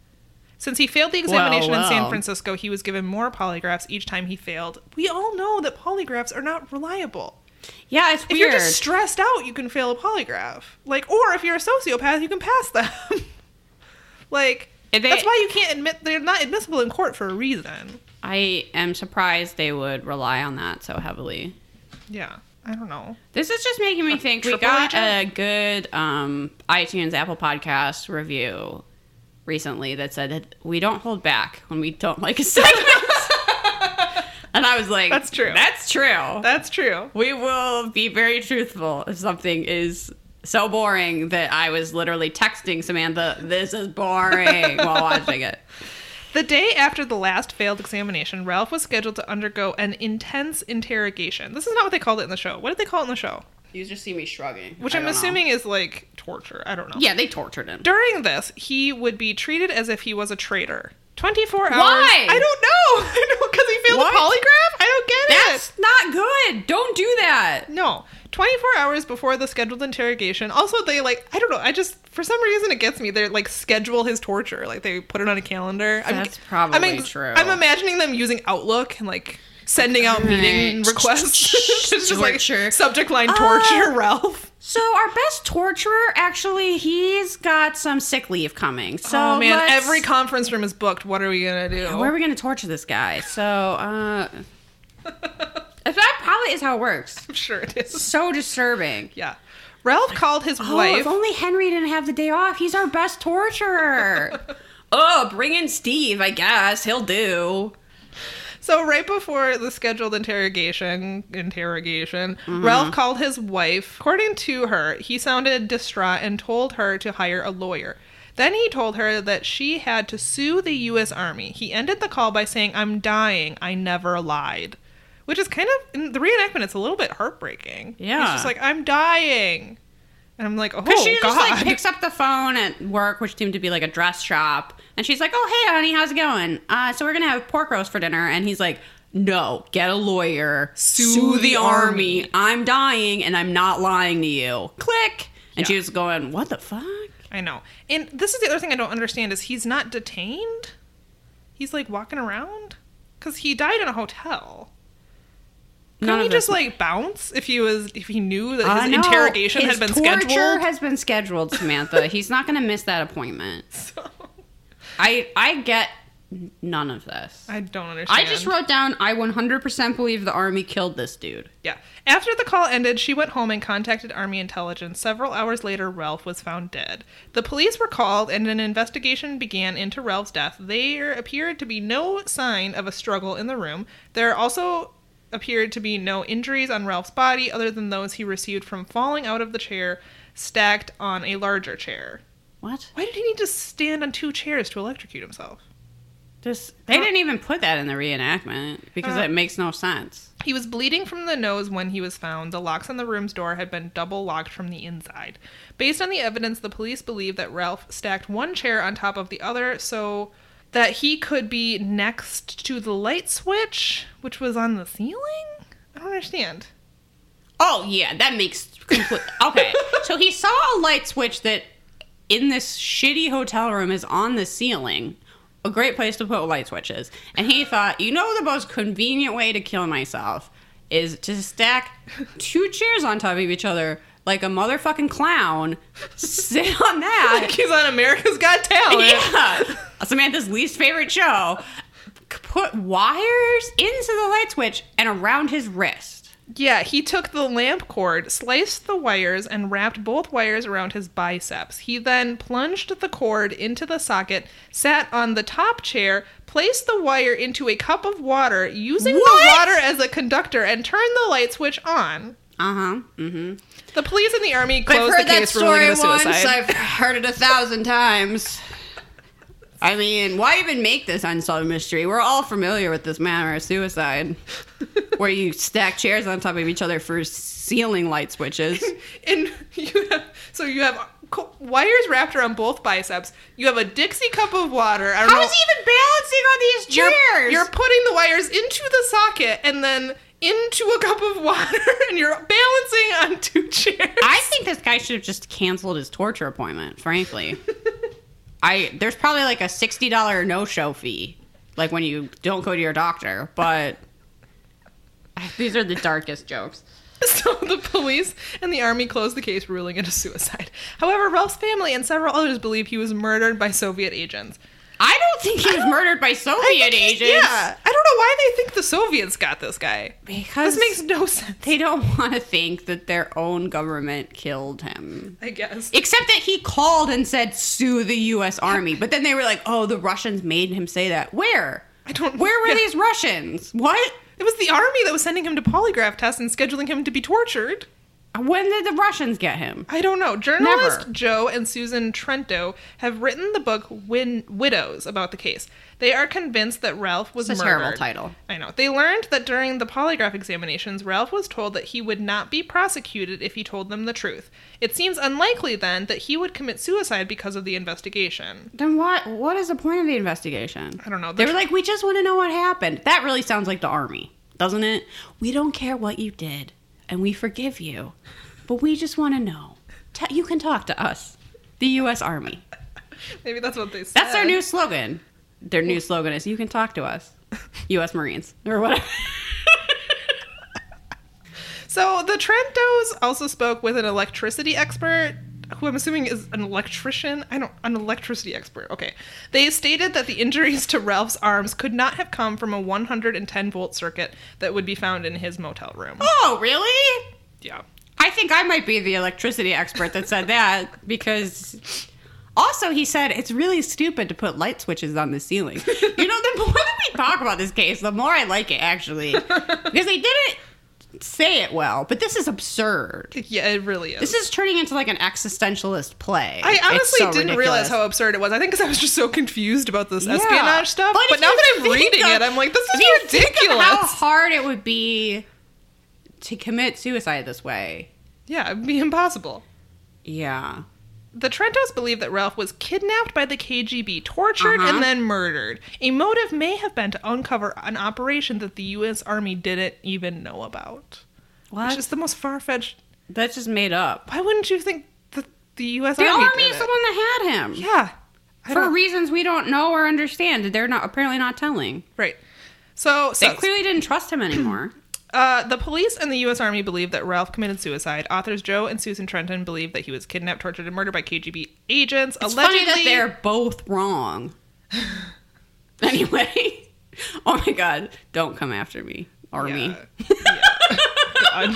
[SPEAKER 3] Since he failed the examination in San
[SPEAKER 1] well.
[SPEAKER 3] Francisco, he was given more polygraphs each time he failed. We all know that polygraphs are not reliable.
[SPEAKER 1] yeah, it's
[SPEAKER 3] If
[SPEAKER 1] weird.
[SPEAKER 3] you're just stressed out, you can fail a polygraph. Like, or if you're a sociopath, you can pass them. like,
[SPEAKER 1] If they-
[SPEAKER 3] that's why you can't admit they're not admissible in court for a reason.
[SPEAKER 1] I am surprised they would rely on that so heavily.
[SPEAKER 3] Yeah, I don't know.
[SPEAKER 1] This is just making me think we
[SPEAKER 3] triple
[SPEAKER 1] got
[SPEAKER 3] agent?
[SPEAKER 1] a good um, iTunes Apple Podcast review recently that said that we don't hold back when we don't like a segment. and I was like,
[SPEAKER 3] That's true.
[SPEAKER 1] That's true.
[SPEAKER 3] That's true.
[SPEAKER 1] we will be very truthful if something is so boring that I was literally texting Samantha, this is boring while watching it.
[SPEAKER 3] The day after the last failed examination, Ralph was scheduled to undergo an intense interrogation. This is not what they called it in the show. What did they call it in the show?
[SPEAKER 1] You just see me shrugging.
[SPEAKER 3] Which
[SPEAKER 1] I
[SPEAKER 3] I'm
[SPEAKER 1] don't know.
[SPEAKER 3] assuming is like torture. I don't know.
[SPEAKER 1] Yeah, they tortured him.
[SPEAKER 3] During this, he would be treated as if he was a traitor. 24 hours.
[SPEAKER 1] Why?
[SPEAKER 3] I don't know. I know because he failed
[SPEAKER 1] What?
[SPEAKER 3] a polygraph. I don't get it.
[SPEAKER 1] That's not good. Don't do that.
[SPEAKER 3] No, 24 hours before the scheduled interrogation. Also, they like, I don't know, I just, for some reason, it gets me. They like schedule his torture. Like, they put it on a calendar.
[SPEAKER 1] That's probably
[SPEAKER 3] I'm
[SPEAKER 1] true.
[SPEAKER 3] I'm imagining them using Outlook and like sending out meeting
[SPEAKER 1] Right.
[SPEAKER 3] requests. it's just like
[SPEAKER 1] Torture. Ah,
[SPEAKER 3] subject line torture, Ralph.
[SPEAKER 1] So our best torturer, actually, he's got some sick leave coming. So
[SPEAKER 3] oh man,
[SPEAKER 1] let's-
[SPEAKER 3] every conference room is booked. What are we going to do?
[SPEAKER 1] where are we going to torture this guy? So uh, if that probably is how it works.
[SPEAKER 3] I'm sure it is.
[SPEAKER 1] So disturbing.
[SPEAKER 3] Yeah. Ralph called his
[SPEAKER 1] Oh,
[SPEAKER 3] wife.
[SPEAKER 1] if only Henry didn't have the day off. He's our best torturer. oh, bring in Steve. I guess he'll do.
[SPEAKER 3] So right before the scheduled interrogation, interrogation,
[SPEAKER 1] Mm-hmm.
[SPEAKER 3] Ralph called his wife. According to her, he sounded distraught and told her to hire a lawyer. Then he told her that she had to sue the U.S. Army. He ended the call by saying, "I'm dying. I never lied," which is kind of in the reenactment. It's a little bit heartbreaking.
[SPEAKER 1] Yeah.
[SPEAKER 3] he's just like, "I'm dying," and I'm like, "Oh
[SPEAKER 1] Because she just
[SPEAKER 3] God!"
[SPEAKER 1] like picks up the phone at work, which seemed to be like a dress shop, and she's like, "Oh hey, honey, how's it going? Uh, so we're gonna have pork roast for dinner," and he's like. No, get a lawyer. Sue, the, army. I'm dying and I'm not lying to you. Click. And she was going, What the fuck?
[SPEAKER 3] I know. And this is the other thing I don't understand is he's not detained. He's like walking around cuz he died in a hotel.
[SPEAKER 1] None
[SPEAKER 3] Couldn't he
[SPEAKER 1] of
[SPEAKER 3] just
[SPEAKER 1] this-
[SPEAKER 3] like bounce if he was if he knew that
[SPEAKER 1] I
[SPEAKER 3] his
[SPEAKER 1] know.
[SPEAKER 3] interrogation
[SPEAKER 1] His
[SPEAKER 3] had been
[SPEAKER 1] torture
[SPEAKER 3] scheduled?
[SPEAKER 1] has been scheduled, Samantha. He's not going to miss that appointment.
[SPEAKER 3] So,
[SPEAKER 1] I I get none of this.
[SPEAKER 3] I don't understand.
[SPEAKER 1] I just wrote down I 100% believe the army killed this dude.
[SPEAKER 3] Yeah. After the call ended, she went home and contacted Army intelligence. Several hours later, Ralph was found dead. The police were called and an investigation began into Ralph's death. There appeared to be no sign of a struggle in the room. There also appeared to be no injuries on Ralph's body other than those he received from falling out of the chair stacked on a larger chair.
[SPEAKER 1] What?
[SPEAKER 3] Why did he need to stand on two chairs to electrocute himself?
[SPEAKER 1] This They didn't even put that in the reenactment because
[SPEAKER 3] Uh,
[SPEAKER 1] it makes no sense.
[SPEAKER 3] He was bleeding from the nose when he was found. The locks on the room's door had been double locked from the inside. Based on the evidence, the police believe that Ralph stacked one chair on top of the other so that he could be next to the light switch, which was on the ceiling? I don't understand.
[SPEAKER 1] Oh yeah, that makes complete Okay. so he saw a light switch that in this shitty hotel room is on the ceiling. A great place to put light switches. And he thought, you know the most convenient way to kill myself is to stack two chairs on top of each other like a motherfucking clown. Sit on that
[SPEAKER 3] Like he's on America's Got Talent.
[SPEAKER 1] Oh, yeah. Samantha's least favorite show. C- Put wires into the light switch and around his wrist.
[SPEAKER 3] Yeah, he took the lamp cord, sliced the wires, and wrapped both wires around his biceps. He then plunged the cord into the socket, sat on the top chair, placed the wire into a cup of water, using the
[SPEAKER 1] What?
[SPEAKER 3] water as a conductor, and turned the light switch on.
[SPEAKER 1] Uh huh. Mm-hmm.
[SPEAKER 3] The police and the army closed the case, ruling it a suicide.
[SPEAKER 1] I've heard it a thousand times. I mean, why even make this unsolved mystery? We're all familiar with this manner of suicide, where you stack chairs on top of each other for ceiling light switches.
[SPEAKER 3] and you have, so you have co- wires wrapped around both biceps. You have a Dixie cup of water. I don't
[SPEAKER 1] How
[SPEAKER 3] know-
[SPEAKER 1] is he even balancing on these
[SPEAKER 3] You're-
[SPEAKER 1] chairs?
[SPEAKER 3] You're, putting the wires into the socket and then into a cup of water, and you're balancing on two chairs.
[SPEAKER 1] I think this guy should have just canceled his torture appointment, frankly. I there's probably like a $60 no-show fee like when you don't go to your doctor, but these are the darkest jokes.
[SPEAKER 3] so the police and the army closed the case, ruling it a suicide. However, Ralph's family and several others believe he was murdered by Soviet agents.
[SPEAKER 1] I don't think he was murdered by Soviet agents.
[SPEAKER 3] Yeah, I don't know why they think the Soviets got this guy.
[SPEAKER 1] Because
[SPEAKER 3] This makes no sense.
[SPEAKER 1] they don't want to think that their own government killed him.
[SPEAKER 3] I guess.
[SPEAKER 1] Except that he called and said sue the US Army. But then they were like, "Oh, the Russians made him say that." Where?
[SPEAKER 3] I don't.
[SPEAKER 1] Where were
[SPEAKER 3] yeah.
[SPEAKER 1] these Russians? What?
[SPEAKER 3] It was the army that was sending him to polygraph tests and scheduling him to be tortured.
[SPEAKER 1] When did the Russians get him?
[SPEAKER 3] I don't know. Journalist
[SPEAKER 1] Never.
[SPEAKER 3] Joe and Susan Trento have written the book Win- Widows about the case. They are convinced that Ralph was
[SPEAKER 1] It's a
[SPEAKER 3] murdered.
[SPEAKER 1] terrible title.
[SPEAKER 3] I know. They learned that during the polygraph examinations, Ralph was told that he would not be prosecuted if he told them the truth. It seems unlikely then that he would commit suicide because of the investigation.
[SPEAKER 1] Then what? What is the point of the investigation?
[SPEAKER 3] I don't know.
[SPEAKER 1] They were like, we just want to know what happened. That really sounds like the army, doesn't it? We don't care what you did, and we forgive you, but we just want to know. Ta you can talk to us, the U.S. Army.
[SPEAKER 3] Maybe that's what they said.
[SPEAKER 1] That's their new slogan. Their new slogan is "You can talk to us, U.S. Marines," or whatever.
[SPEAKER 3] So the Trentos also spoke with an electricity expert who I'm assuming is an electrician. I don't an electricity expert. Okay. They stated that the injuries to Ralph's arms could not have come from a 110 volt circuit that would be found in his motel room.
[SPEAKER 1] oh, really?
[SPEAKER 3] Yeah.
[SPEAKER 1] I think I might be the electricity expert that said that because also he said it's really stupid to put light switches on the ceiling. You know, the more that we talk about this case, the more I like it actually, because they didn't say it well. But this is absurd.
[SPEAKER 3] Yeah, it really is.
[SPEAKER 1] This is turning into like an existentialist play.
[SPEAKER 3] I
[SPEAKER 1] It's
[SPEAKER 3] honestly
[SPEAKER 1] so
[SPEAKER 3] didn't
[SPEAKER 1] ridiculous.
[SPEAKER 3] realize how absurd it was. I think because I was just so confused about this
[SPEAKER 1] Yeah.
[SPEAKER 3] espionage stuff. But,
[SPEAKER 1] if
[SPEAKER 3] now
[SPEAKER 1] you
[SPEAKER 3] that I'm
[SPEAKER 1] think
[SPEAKER 3] reading
[SPEAKER 1] of-
[SPEAKER 3] it, I'm like, this
[SPEAKER 1] if you
[SPEAKER 3] is
[SPEAKER 1] think of How
[SPEAKER 3] ridiculous.
[SPEAKER 1] hard it would be to commit suicide this way.
[SPEAKER 3] Yeah, it'd be impossible.
[SPEAKER 1] Yeah.
[SPEAKER 3] The Trentos believe that Ralph was kidnapped by the KGB, tortured,
[SPEAKER 1] Uh-huh.
[SPEAKER 3] and then murdered. A motive may have been to uncover an operation that the U.S. Army didn't even know about.
[SPEAKER 1] What?
[SPEAKER 3] Which is the most far fetched.
[SPEAKER 1] That's just made up.
[SPEAKER 3] Why wouldn't you think that the U.S.
[SPEAKER 1] The
[SPEAKER 3] Army?
[SPEAKER 1] army,
[SPEAKER 3] did
[SPEAKER 1] is
[SPEAKER 3] it?
[SPEAKER 1] the one that had him.
[SPEAKER 3] Yeah. I
[SPEAKER 1] For
[SPEAKER 3] don't-
[SPEAKER 1] reasons we don't know or understand that they're not apparently not telling.
[SPEAKER 3] right. So,
[SPEAKER 1] They
[SPEAKER 3] so
[SPEAKER 1] clearly didn't trust him anymore.
[SPEAKER 3] Uh, the police and the U.S. Army believe that Ralph committed suicide. Authors Joe and Susan Trenton believe that he was kidnapped, tortured, and murdered by KGB agents.
[SPEAKER 1] it's
[SPEAKER 3] allegedly,
[SPEAKER 1] funny that they're both wrong. anyway. Oh my god. Don't come after me. Army.
[SPEAKER 3] Yeah. Yeah. God.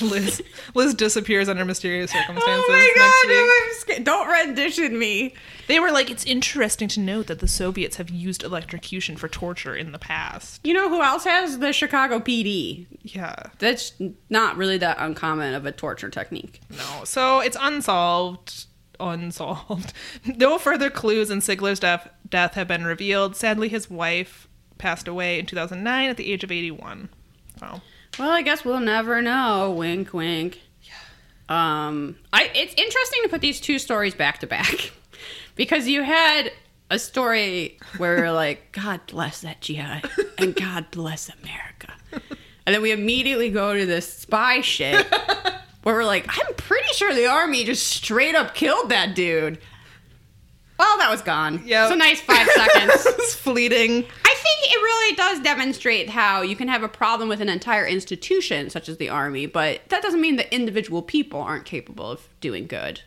[SPEAKER 3] Liz, Oh Liz disappears under mysterious circumstances. next week.
[SPEAKER 1] Oh I'm scared. Don't rendition me.
[SPEAKER 3] They were like, it's interesting to note that the Soviets have used electrocution for torture in the past.
[SPEAKER 1] You know who else has the Chicago PD?
[SPEAKER 3] Yeah,
[SPEAKER 1] That's not really that uncommon of a torture technique.
[SPEAKER 3] no. So it's unsolved. Unsolved. No further clues in Sigler's death, death have been revealed. Sadly, his wife passed away in 2009 at the age of 81. Wow.
[SPEAKER 1] Well, I guess we'll never know. Wink, wink. Um, I it's interesting to put these two stories back to back because you had a story where you're like, God bless that jihad and God bless America, and then we immediately go to this spy shit where we're like, I'm pretty sure the army just straight up killed that dude. Well, that was gone.
[SPEAKER 3] Yep.
[SPEAKER 1] it's a nice five seconds.
[SPEAKER 3] It's fleeting.
[SPEAKER 1] I think it really does demonstrate how you can have a problem with an entire institution, such as the army, but that doesn't mean that individual people aren't capable of doing good.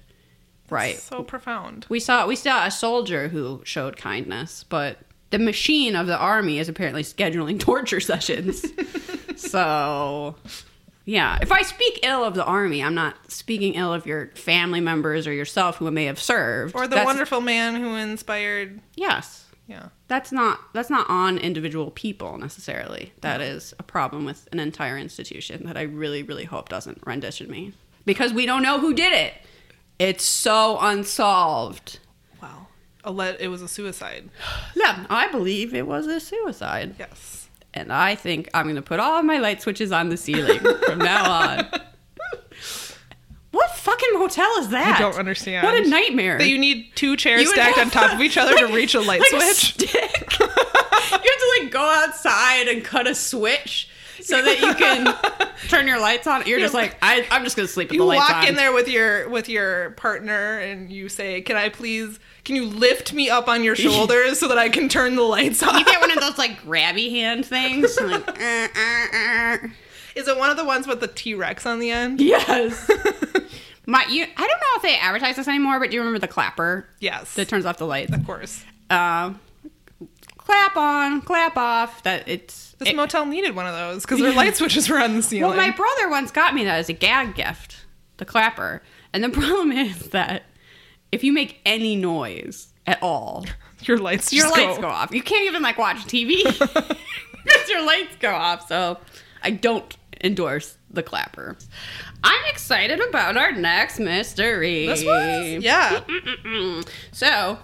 [SPEAKER 1] Right.
[SPEAKER 3] So profound.
[SPEAKER 1] We saw we saw a soldier who showed kindness, but the machine of the army is apparently scheduling torture sessions. so yeah, if I speak ill of the army, I'm not speaking ill of your family members or yourself who may have served.
[SPEAKER 3] Or the
[SPEAKER 1] That's-
[SPEAKER 3] wonderful man who inspired.
[SPEAKER 1] Yes
[SPEAKER 3] Yeah.
[SPEAKER 1] that's not that's not on individual people necessarily. That is a problem with an entire institution that I really really hope doesn't rendition me because we don't know who did it. It's so unsolved.
[SPEAKER 3] Wow. A le- it was a suicide.
[SPEAKER 1] Yeah, I believe it was a suicide.
[SPEAKER 3] Yes.
[SPEAKER 1] And I think I'm going to put all my light switches on the ceiling from now on. What fucking motel is that?
[SPEAKER 3] I don't understand.
[SPEAKER 1] What a nightmare.
[SPEAKER 3] That you need two chairs
[SPEAKER 1] You would
[SPEAKER 3] stacked on
[SPEAKER 1] have
[SPEAKER 3] top
[SPEAKER 1] to-
[SPEAKER 3] of each other to
[SPEAKER 1] like-
[SPEAKER 3] reach a light
[SPEAKER 1] like
[SPEAKER 3] switch.
[SPEAKER 1] stick. you have to like go outside and cut a switch so that you can turn your lights on. You're just like, I, I'm just gonna sleep with
[SPEAKER 3] you
[SPEAKER 1] the lights
[SPEAKER 3] walk
[SPEAKER 1] on.
[SPEAKER 3] in there with your with your partner and you say, "Can I please? Can you lift me up on your shoulders so that I can turn the lights on?"
[SPEAKER 1] You get one of those like grabby hand things. and, like, uh, uh, uh.
[SPEAKER 3] Is it one of the ones with the T Rex on the end?
[SPEAKER 1] Yes. My, you, I don't know if they advertise this anymore, but do you remember the clapper
[SPEAKER 3] Yes,
[SPEAKER 1] that turns off the lights?
[SPEAKER 3] of course.
[SPEAKER 1] Um, clap on, clap off. That it's.
[SPEAKER 3] This
[SPEAKER 1] it-
[SPEAKER 3] motel needed one of those because their light switches were on the ceiling.
[SPEAKER 1] Well, my brother once got me that as a gag gift, the clapper. And the problem is that if you make any noise at all,
[SPEAKER 3] your lights
[SPEAKER 1] your
[SPEAKER 3] just
[SPEAKER 1] lights go off. You can't even like watch TV because your lights go off. So I don't endorse the clapper. I'm excited about our next mystery.
[SPEAKER 3] This was yeah.
[SPEAKER 1] Mm-mm. So,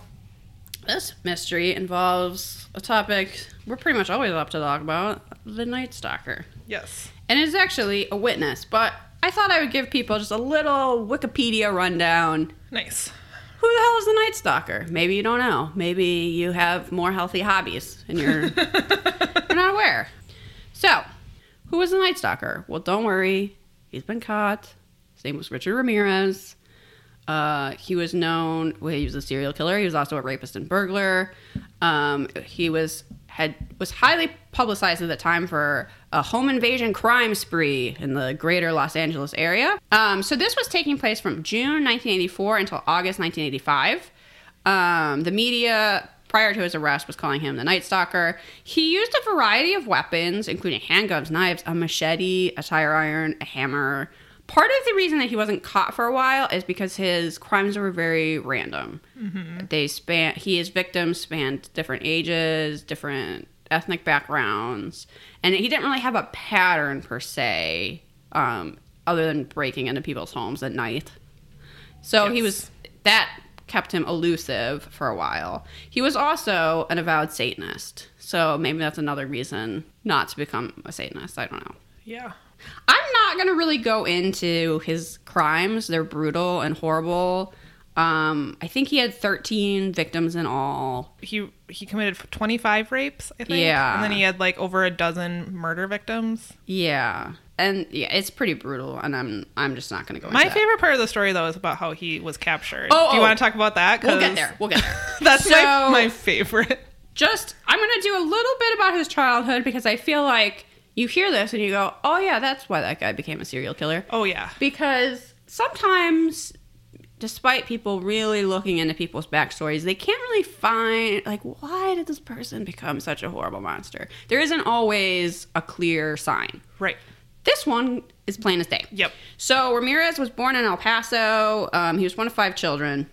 [SPEAKER 1] this mystery involves a topic we're pretty much always up to talk about the Night Stalker.
[SPEAKER 3] yes.
[SPEAKER 1] And it's actually a witness, but I thought I would give people just a little Wikipedia rundown.
[SPEAKER 3] Nice.
[SPEAKER 1] Who the hell is the Night Stalker? Maybe you don't know. Maybe you have more healthy hobbies and you're, you're not aware. So, who was the Night Stalker? Well, don't worry. He's been caught. His name was Richard Ramirez. Uh, he was known. Well, he was a serial killer. He was also a rapist and burglar. Um, he was had was highly publicized at the time for a home invasion crime spree in the greater Los Angeles area. Um, so this was taking place from June 1984 until August 1985. Um, the media prior to his arrest was calling him the Night Stalker. He used a variety of weapons, including handguns, knives, a machete, a tire iron, a hammer Part of the reason that he wasn't caught for a while is because his crimes were very random. They span he his victims spanned different ages, different ethnic backgrounds, and he didn't really have a pattern per se, um, other than breaking into people's homes at night. So he
[SPEAKER 3] Yes.
[SPEAKER 1] was that kept him elusive for a while. He was also an avowed Satanist, so maybe that's another reason not to become a Satanist. I don't know.
[SPEAKER 3] Yeah.
[SPEAKER 1] I'm not gonna really go into his crimes. They're brutal and horrible. Um, I think he had 13 victims in all.
[SPEAKER 3] He he committed 25 rapes, I think.
[SPEAKER 1] Yeah.
[SPEAKER 3] And then he had like over a dozen murder victims.
[SPEAKER 1] Yeah, and yeah, it's pretty brutal. And I'm I'm just not gonna go.
[SPEAKER 3] My
[SPEAKER 1] into that.
[SPEAKER 3] favorite part of the story though is about how he was captured.
[SPEAKER 1] Oh,
[SPEAKER 3] Do you
[SPEAKER 1] oh.
[SPEAKER 3] want to talk about that?
[SPEAKER 1] We'll get
[SPEAKER 3] 'Cause
[SPEAKER 1] there. We'll get there.
[SPEAKER 3] That's my,
[SPEAKER 1] So-
[SPEAKER 3] my favorite.
[SPEAKER 1] just I'm gonna do a little bit about his childhood because I feel like you hear this and you go, oh yeah, that's why that guy became a serial killer.
[SPEAKER 3] Oh yeah.
[SPEAKER 1] because sometimes despite people really looking into people's backstories they can't really find like why did this person become such a horrible monster there isn't always a clear sign
[SPEAKER 3] Right.
[SPEAKER 1] this one is plain as day
[SPEAKER 3] Yep.
[SPEAKER 1] so ramirez was born in el paso um, he was one of five children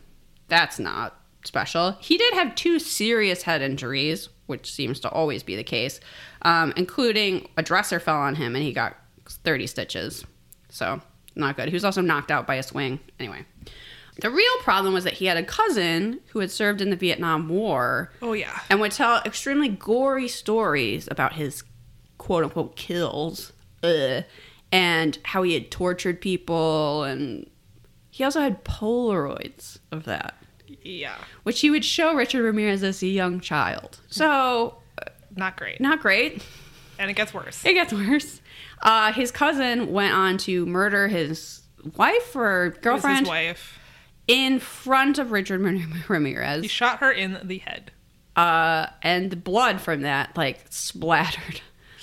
[SPEAKER 1] that's not special he did have two serious head injuries which seems to always be the case um, including a dresser fell on him and he got 30 stitches so not good. He was also knocked out by a swing. Anyway, the real problem was that he had a cousin who had served in the Vietnam War.
[SPEAKER 3] Oh, yeah.
[SPEAKER 1] and would tell extremely gory stories about his quote unquote kills, Ugh. and how he had tortured people, and he also had Polaroids of that,
[SPEAKER 3] Yeah.
[SPEAKER 1] which he would show Richard Ramirez as a young child. So uh,
[SPEAKER 3] Not great.
[SPEAKER 1] not great.
[SPEAKER 3] And it gets worse.
[SPEAKER 1] It gets worse. Uh, his cousin went on to murder his wife or
[SPEAKER 3] It was
[SPEAKER 1] girlfriend
[SPEAKER 3] His wife.
[SPEAKER 1] in front of Richard Ram-
[SPEAKER 3] He
[SPEAKER 1] Ramirez,
[SPEAKER 3] shot her in the head.
[SPEAKER 1] uh, and the blood from that like splattered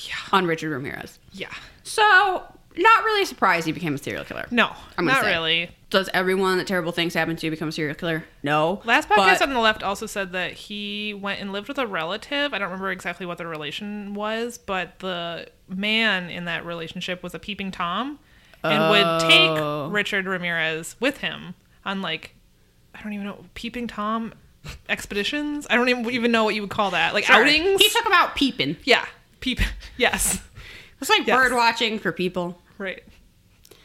[SPEAKER 3] Yeah.
[SPEAKER 1] on Richard Ramirez.
[SPEAKER 3] Yeah.
[SPEAKER 1] So, not really surprised he became a serial killer.
[SPEAKER 3] No.
[SPEAKER 1] I'm gonna
[SPEAKER 3] not
[SPEAKER 1] say.
[SPEAKER 3] really.
[SPEAKER 1] Does everyone that terrible things happen to become a serial killer? No.
[SPEAKER 3] Last podcast
[SPEAKER 1] But-
[SPEAKER 3] on the left also said that he went and lived with a relative. I don't remember exactly what the relation was, but the man in that relationship was a peeping tom and would
[SPEAKER 1] Oh.
[SPEAKER 3] take Richard Ramirez with him on like I don't even know peeping tom expeditions. I don't even even know what you would call that. Like
[SPEAKER 1] Sure.
[SPEAKER 3] outings.
[SPEAKER 1] He took him out peeping.
[SPEAKER 3] yeah, peep. Yes,
[SPEAKER 1] It's like
[SPEAKER 3] Yes.
[SPEAKER 1] bird watching for people.
[SPEAKER 3] right.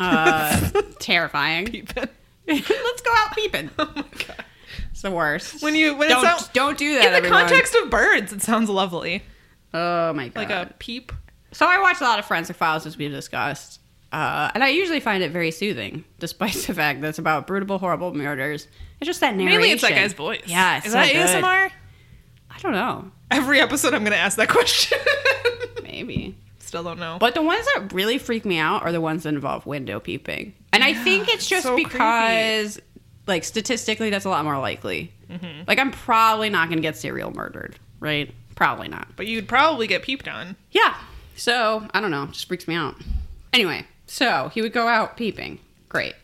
[SPEAKER 1] Uh, terrifying.
[SPEAKER 3] Peeping.
[SPEAKER 1] Let's go out peeping.
[SPEAKER 3] Oh my god.
[SPEAKER 1] It's the worst.
[SPEAKER 3] When you when
[SPEAKER 1] don't,
[SPEAKER 3] it's out,
[SPEAKER 1] don't do that.
[SPEAKER 3] in the
[SPEAKER 1] everyone.
[SPEAKER 3] context of birds, it sounds lovely.
[SPEAKER 1] Oh my god.
[SPEAKER 3] Like a peep.
[SPEAKER 1] So I watch a lot of forensic files, as we've discussed, uh, and I usually find it very soothing, despite the fact that it's about brutal, horrible murders. It's just that narration.
[SPEAKER 3] Mainly it's that guy's voice.
[SPEAKER 1] Yeah, it's
[SPEAKER 3] is
[SPEAKER 1] so
[SPEAKER 3] that
[SPEAKER 1] good.
[SPEAKER 3] ASMR?
[SPEAKER 1] I don't know,
[SPEAKER 3] Every episode, I'm going to ask that question.
[SPEAKER 1] maybe.
[SPEAKER 3] Still don't know.
[SPEAKER 1] But the ones that really freak me out are the ones that involve window peeping, and I think it's just
[SPEAKER 3] so creepy.
[SPEAKER 1] because, like, statistically, that's a lot more likely.
[SPEAKER 3] Mm-hmm.
[SPEAKER 1] Like, I'm probably not going to get serial murdered, right? Probably not.
[SPEAKER 3] but you'd probably get peeped on.
[SPEAKER 1] Yeah. So I don't know. Just freaks me out. Anyway, so he would go out peeping. Great.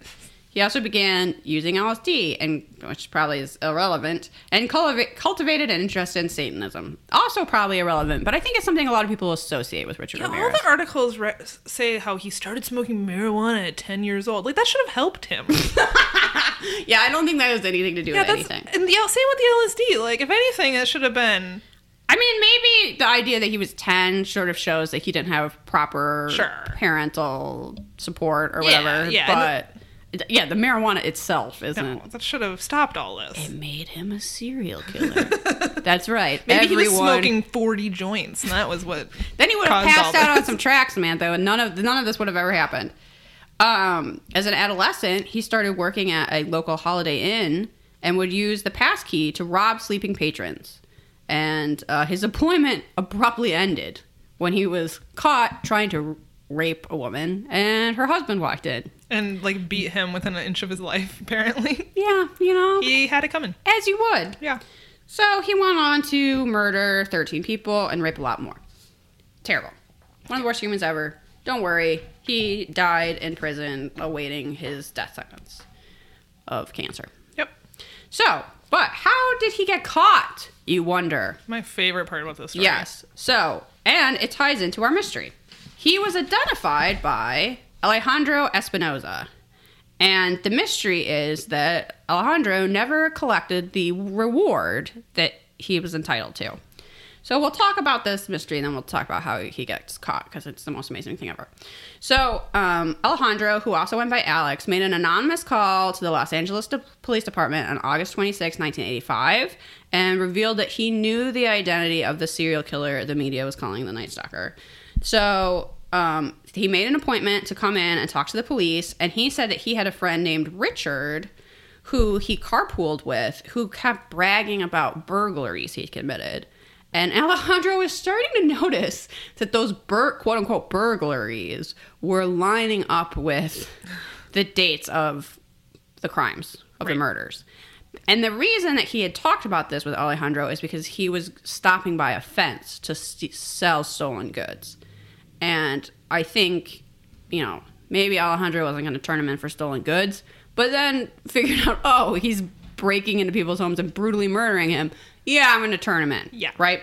[SPEAKER 1] He also began using LSD, and which probably is irrelevant, and cultiv- cultivated an interest in Satanism. Also, probably irrelevant, but I think it's something a lot of people associate with Richard
[SPEAKER 3] all
[SPEAKER 1] Ramirez.
[SPEAKER 3] the articles re- say how he started smoking marijuana at 10 years old. Like, that should have helped him.
[SPEAKER 1] yeah, I don't think that has anything to do
[SPEAKER 3] yeah,
[SPEAKER 1] with
[SPEAKER 3] that's.
[SPEAKER 1] anything.
[SPEAKER 3] And the, same with the LSD. Like, if anything, it should have been.
[SPEAKER 1] I mean, maybe the idea that he was ten sort of shows that he didn't have proper
[SPEAKER 3] Sure.
[SPEAKER 1] parental support or
[SPEAKER 3] Yeah,
[SPEAKER 1] whatever.
[SPEAKER 3] yeah, and
[SPEAKER 1] but yeah, the marijuana itself isn't.
[SPEAKER 3] No, that should have stopped all this.
[SPEAKER 1] It made him a serial killer. That's right.
[SPEAKER 3] Maybe
[SPEAKER 1] Everyone.
[SPEAKER 3] he was smoking 40 joints, and that was what.
[SPEAKER 1] Then he would have
[SPEAKER 3] caused all
[SPEAKER 1] passed out on
[SPEAKER 3] this.
[SPEAKER 1] some tracks, man. Though, and none of none of this would have ever happened. Um, as an adolescent, he started working at a local Holiday Inn and would use the passkey to rob sleeping patrons. And uh, his employment abruptly ended when he was caught trying to rape a woman, and her husband walked in.
[SPEAKER 3] And, like, beat him within an inch of his life, apparently.
[SPEAKER 1] Yeah, you know,
[SPEAKER 3] he had it coming.
[SPEAKER 1] as you would.
[SPEAKER 3] Yeah.
[SPEAKER 1] So he went on to murder 13 people and rape a lot more. Terrible. One of the worst humans ever. Don't worry. He died in prison awaiting his death sentence of cancer.
[SPEAKER 3] Yep.
[SPEAKER 1] So, but how did he get caught? You wonder.
[SPEAKER 3] My favorite part about this story.
[SPEAKER 1] Yes. So, and it ties into our mystery. He was identified by Alejandro Espinoza. And the mystery is that Alejandro never collected the reward that he was entitled to. So we'll talk about this mystery and then we'll talk about how he gets caught because it's the most amazing thing ever. So um, Alejandro, who also went by Alex, made an anonymous call to the Los Angeles De- Police Department on August 26, 1985, and revealed that he knew the identity of the serial killer the media was calling the Night Stalker. So um, he made an appointment to come in and talk to the police, and he said that he had a friend named Richard who he carpooled with who kept bragging about burglaries he committed. And Alejandro was starting to notice that those bur- quote unquote burglaries were lining up with the dates of the crimes, of the murders. And the reason that he had talked about this with Alejandro is because he was stopping by a fence to st- sell stolen goods. And I think, you know, maybe Alejandro wasn't going to turn him in for stolen goods, but then figured out, oh, he's breaking into people's homes and brutally murdering him. Yeah, I'm going to turn him in.
[SPEAKER 3] Yeah.
[SPEAKER 1] Right?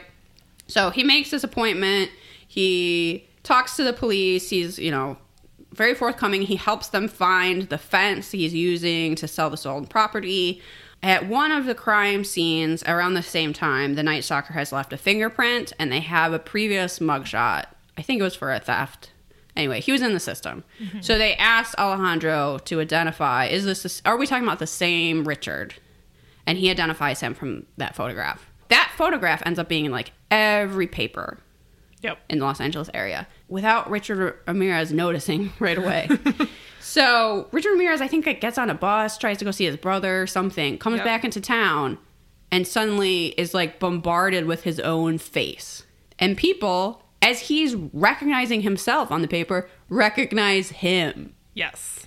[SPEAKER 1] So he makes this appointment. He talks to the police. He's, you know, very forthcoming. He helps them find the fence he's using to sell the stolen property. At one of the crime scenes around the same time, the Night Stalker has left a fingerprint and they have a previous mugshot. I think it was for a theft. Anyway, he was in the system. So they asked Alejandro to identify is this the- are we talking about the same Richard? and he identifies him from that photograph. That photograph ends up being in like every paper
[SPEAKER 3] Yep.
[SPEAKER 1] in the Los Angeles area without Richard Ramirez noticing right away. so Richard Ramirez, I think, like, gets on a bus, tries to go see his brother or something, comes
[SPEAKER 3] Yep.
[SPEAKER 1] back into town, and suddenly is like bombarded with his own face. And people, as he's recognizing himself on the paper, recognize him
[SPEAKER 3] Yes.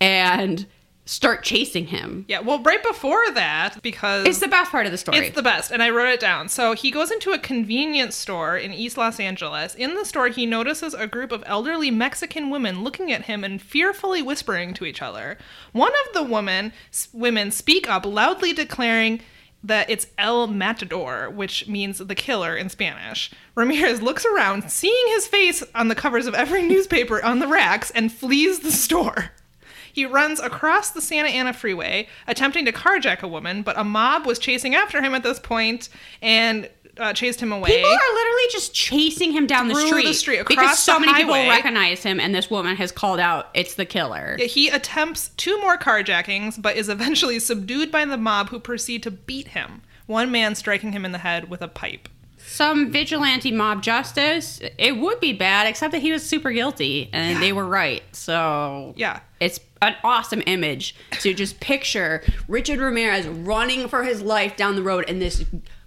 [SPEAKER 1] and start chasing him.
[SPEAKER 3] Yeah. Well, right before that, because
[SPEAKER 1] It's the best part of the story.
[SPEAKER 3] It's the best, and I wrote it down. So he goes into a convenience store in East Los Angeles. In the store, he notices a group of elderly Mexican women looking at him and fearfully whispering to each other. One of the woman, s- women speak up, loudly declaring that it's El Matador, which means the killer in Spanish. Ramirez looks around, seeing his face on the covers of every newspaper on the racks, and flees the store. He runs across the Santa Ana freeway, attempting to carjack a woman, but a mob was chasing after him at this point and uh, chased him away.
[SPEAKER 1] People are literally just chasing him down the
[SPEAKER 3] Through
[SPEAKER 1] street,
[SPEAKER 3] the street,
[SPEAKER 1] because
[SPEAKER 3] across
[SPEAKER 1] so
[SPEAKER 3] the
[SPEAKER 1] many
[SPEAKER 3] highway.
[SPEAKER 1] people recognize him, and this woman has called out, "It's the killer."
[SPEAKER 3] he attempts two more carjackings, but is eventually subdued by the mob who proceed to beat him, one man striking him in the head with a pipe.
[SPEAKER 1] Some vigilante mob justice. It would be bad, except that he was super guilty, and they were right. So
[SPEAKER 3] Yeah.
[SPEAKER 1] it's an awesome image to just picture Richard Ramirez running for his life down the road, and this.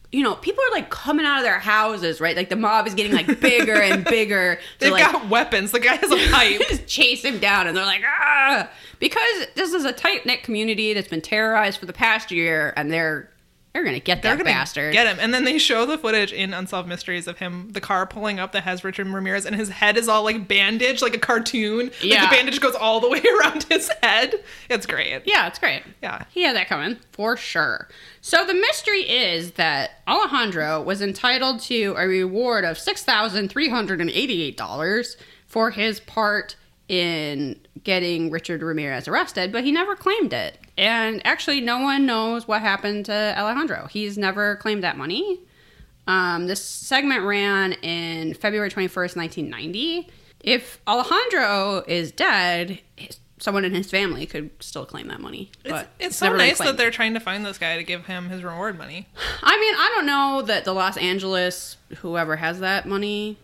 [SPEAKER 1] You know, people are like coming out of their houses, right? Like the mob is getting like bigger and bigger. to,
[SPEAKER 3] They've
[SPEAKER 1] like,
[SPEAKER 3] got weapons. The guy has a pipe.
[SPEAKER 1] just chase him down and they're like ah because this is a tight-knit community that's been terrorized for the past year and they're they're gonna get that
[SPEAKER 3] They're gonna
[SPEAKER 1] bastard
[SPEAKER 3] Get him. And then they show the footage in Unsolved Mysteries of him, the car pulling up that has Richard Ramirez, and his head is all like bandaged, like a cartoon. Like,
[SPEAKER 1] Yeah.
[SPEAKER 3] the bandage goes all the way around his head. It's great.
[SPEAKER 1] yeah it's great
[SPEAKER 3] Yeah.
[SPEAKER 1] he had that coming for sure so the mystery is that alejandro was entitled to a reward of $6388 for his part in getting richard ramirez arrested but he never claimed it and actually no one knows what happened to alejandro he's never claimed that money Um, this segment ran in February 21st, 1990. If Alejandro is dead, his, someone in his family could still claim that money. But
[SPEAKER 3] It's, it's so
[SPEAKER 1] never been
[SPEAKER 3] nice that
[SPEAKER 1] claimed.
[SPEAKER 3] they're trying to find this guy to give him his reward money.
[SPEAKER 1] I mean, I don't know that the Los Angeles, whoever has that money,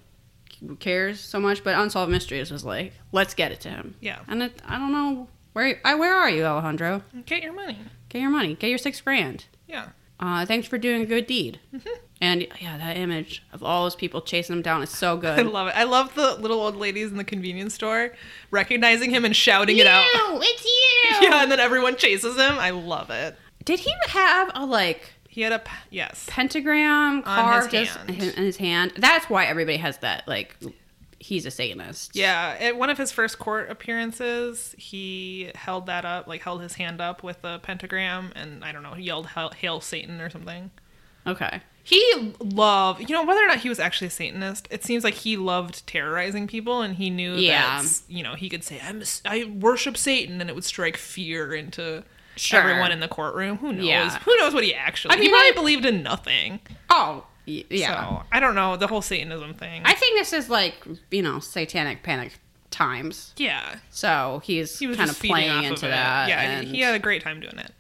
[SPEAKER 1] cares so much, but Unsolved Mysteries was like, let's get it to him.
[SPEAKER 3] Yeah.
[SPEAKER 1] And it, I don't know. Where, I, where are you, Alejandro?
[SPEAKER 3] Get your money.
[SPEAKER 1] Get your money. Get your six grand.
[SPEAKER 3] Yeah.
[SPEAKER 1] Uh, thanks for doing a good deed.
[SPEAKER 3] Mm-hmm.
[SPEAKER 1] And yeah, that image of all those people chasing him down is so good.
[SPEAKER 3] I love it. I love the little old ladies in the convenience store recognizing him and shouting it out.
[SPEAKER 1] It's you.
[SPEAKER 3] Yeah, and then everyone chases him. I love it.
[SPEAKER 1] Did he have a like
[SPEAKER 3] He had a p- yes.
[SPEAKER 1] pentagram carved
[SPEAKER 3] his
[SPEAKER 1] just
[SPEAKER 3] hand.
[SPEAKER 1] in his hand? That's why everybody has that. Like, he's a Satanist.
[SPEAKER 3] Yeah, at one of his first court appearances, he held that up, like held his hand up with a pentagram, and I don't know, yelled "Hail, Hail Satan" or something.
[SPEAKER 1] Okay.
[SPEAKER 3] He loved, you know, whether or not he was actually a Satanist, it seems like he loved terrorizing people, and he knew
[SPEAKER 1] Yeah.
[SPEAKER 3] that, you know, he could say, I'm a s I worship Satan, and it would strike fear into
[SPEAKER 1] Sure.
[SPEAKER 3] everyone in the courtroom. Who knows?
[SPEAKER 1] Yeah.
[SPEAKER 3] Who knows what he actually,
[SPEAKER 1] I
[SPEAKER 3] he
[SPEAKER 1] mean,
[SPEAKER 3] probably
[SPEAKER 1] like-
[SPEAKER 3] believed in nothing.
[SPEAKER 1] Oh, y- yeah.
[SPEAKER 3] So, I don't know, the whole Satanism thing.
[SPEAKER 1] I think this is like, you know, satanic panic times.
[SPEAKER 3] yeah.
[SPEAKER 1] So he's
[SPEAKER 3] He was
[SPEAKER 1] kind
[SPEAKER 3] just
[SPEAKER 1] of
[SPEAKER 3] feeding
[SPEAKER 1] playing
[SPEAKER 3] off
[SPEAKER 1] into
[SPEAKER 3] of it.
[SPEAKER 1] that.
[SPEAKER 3] Yeah,
[SPEAKER 1] and
[SPEAKER 3] he had a great time doing it.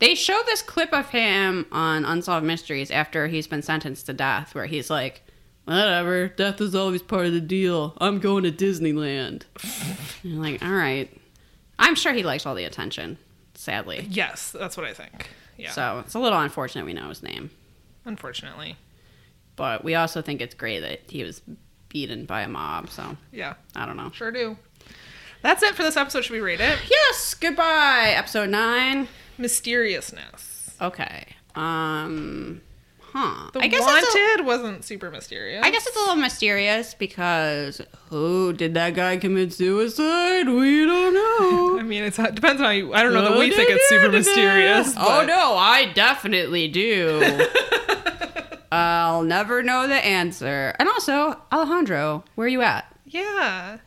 [SPEAKER 1] They show this clip of him on Unsolved Mysteries after he's been sentenced to death, where he's like, whatever, death is always part of the deal. I'm going to Disneyland. and you're like, all right. I'm sure he likes all the attention, sadly.
[SPEAKER 3] Yes, that's what I think. Yeah.
[SPEAKER 1] So it's a little unfortunate we know his name.
[SPEAKER 3] Unfortunately.
[SPEAKER 1] But we also think it's great that he was beaten by a mob. So
[SPEAKER 3] Yeah.
[SPEAKER 1] I don't know.
[SPEAKER 3] Sure do. That's it for this episode. Should we rate it?
[SPEAKER 1] Yes, goodbye. Episode nine.
[SPEAKER 3] Mysteriousness.
[SPEAKER 1] Okay. Um, huh.
[SPEAKER 3] The
[SPEAKER 1] I guess it's a,
[SPEAKER 3] wanted wasn't super mysterious.
[SPEAKER 1] I guess it's a little mysterious because who did that guy commit suicide? We don't know.
[SPEAKER 3] I mean, it's, it depends on how you. I don't know that we think it's super mysterious.
[SPEAKER 1] Oh
[SPEAKER 3] but-
[SPEAKER 1] no, I definitely do. I'll never know the answer. And also, Alejandro, where you at?
[SPEAKER 3] Yeah.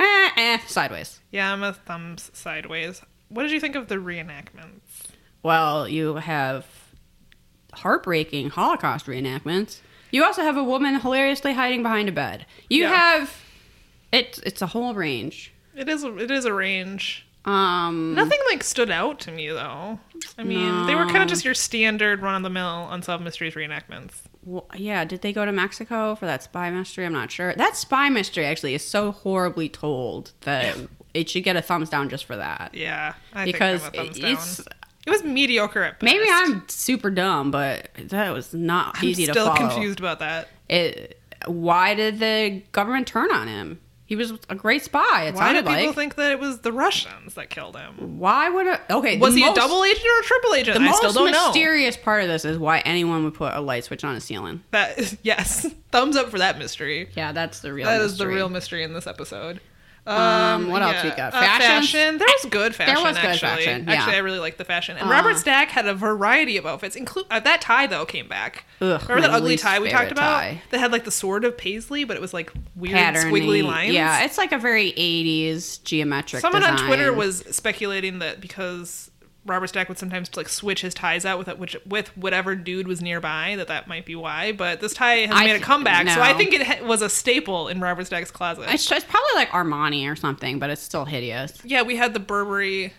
[SPEAKER 1] Eh, eh, sideways.
[SPEAKER 3] Yeah, I'm a thumbs sideways. What did you think of the reenactments?
[SPEAKER 1] Well, you have heartbreaking Holocaust reenactments. You also have a woman hilariously hiding behind a bed. You
[SPEAKER 3] Yeah.
[SPEAKER 1] have it's it's a whole range.
[SPEAKER 3] It is. It is a range.
[SPEAKER 1] Um
[SPEAKER 3] Nothing like stood out to me though. I mean, they were kind of just your standard run-of-the-mill unsolved mysteries reenactments.
[SPEAKER 1] Well, yeah, did they go to Mexico for that spy mystery? I'm not sure. That spy mystery actually is so horribly told that it should get a thumbs down just for that.
[SPEAKER 3] Yeah, I
[SPEAKER 1] because
[SPEAKER 3] think I'm a thumbs
[SPEAKER 1] it's
[SPEAKER 3] down. It was mediocre at best.
[SPEAKER 1] maybe I'm super dumb, but that was not
[SPEAKER 3] I'm
[SPEAKER 1] easy to
[SPEAKER 3] still
[SPEAKER 1] follow.
[SPEAKER 3] confused about that.
[SPEAKER 1] It, why did the government turn on him? He was a great spy. It
[SPEAKER 3] Why do
[SPEAKER 1] sounded
[SPEAKER 3] people
[SPEAKER 1] like.
[SPEAKER 3] think that it was the Russians that killed him?
[SPEAKER 1] why would a okay? the
[SPEAKER 3] Was he a
[SPEAKER 1] most-
[SPEAKER 3] double agent or a triple agent?
[SPEAKER 1] The
[SPEAKER 3] I
[SPEAKER 1] most
[SPEAKER 3] still don't know.
[SPEAKER 1] mysterious part of this is why anyone would put a light switch on a ceiling.
[SPEAKER 3] That yes, thumbs up for that mystery.
[SPEAKER 1] Yeah, that's the real.
[SPEAKER 3] That is the
[SPEAKER 1] mystery.
[SPEAKER 3] real mystery in this episode.
[SPEAKER 1] Um, what else we got?
[SPEAKER 3] Uh,
[SPEAKER 1] Fashions?
[SPEAKER 3] fashion. There was good fashion.
[SPEAKER 1] was good
[SPEAKER 3] actually.
[SPEAKER 1] fashion, yeah. Uh.
[SPEAKER 3] Actually, I really liked the fashion. And Robert Stack had a variety of outfits. Include uh, that tie though came back.
[SPEAKER 1] Ugh,
[SPEAKER 3] Remember that
[SPEAKER 1] my
[SPEAKER 3] ugly
[SPEAKER 1] least
[SPEAKER 3] tie we talked
[SPEAKER 1] favorite
[SPEAKER 3] about?
[SPEAKER 1] tie.
[SPEAKER 3] That had like the sword of paisley, but it was like weird
[SPEAKER 1] pattern.
[SPEAKER 3] squiggly lines.
[SPEAKER 1] Yeah, it's like a very 80s geometric.
[SPEAKER 3] Someone on Twitter
[SPEAKER 1] design.
[SPEAKER 3] was speculating that because Robert Stack would sometimes like switch his ties out with which with whatever dude was nearby, that that might be why. But this tie has
[SPEAKER 1] I
[SPEAKER 3] made a
[SPEAKER 1] th-
[SPEAKER 3] comeback, so
[SPEAKER 1] no.
[SPEAKER 3] I think it ha- was a staple in Robert Stack's closet.
[SPEAKER 1] It's, it's probably like Armani or something, but it's still hideous.
[SPEAKER 3] yeah, we had the Burberry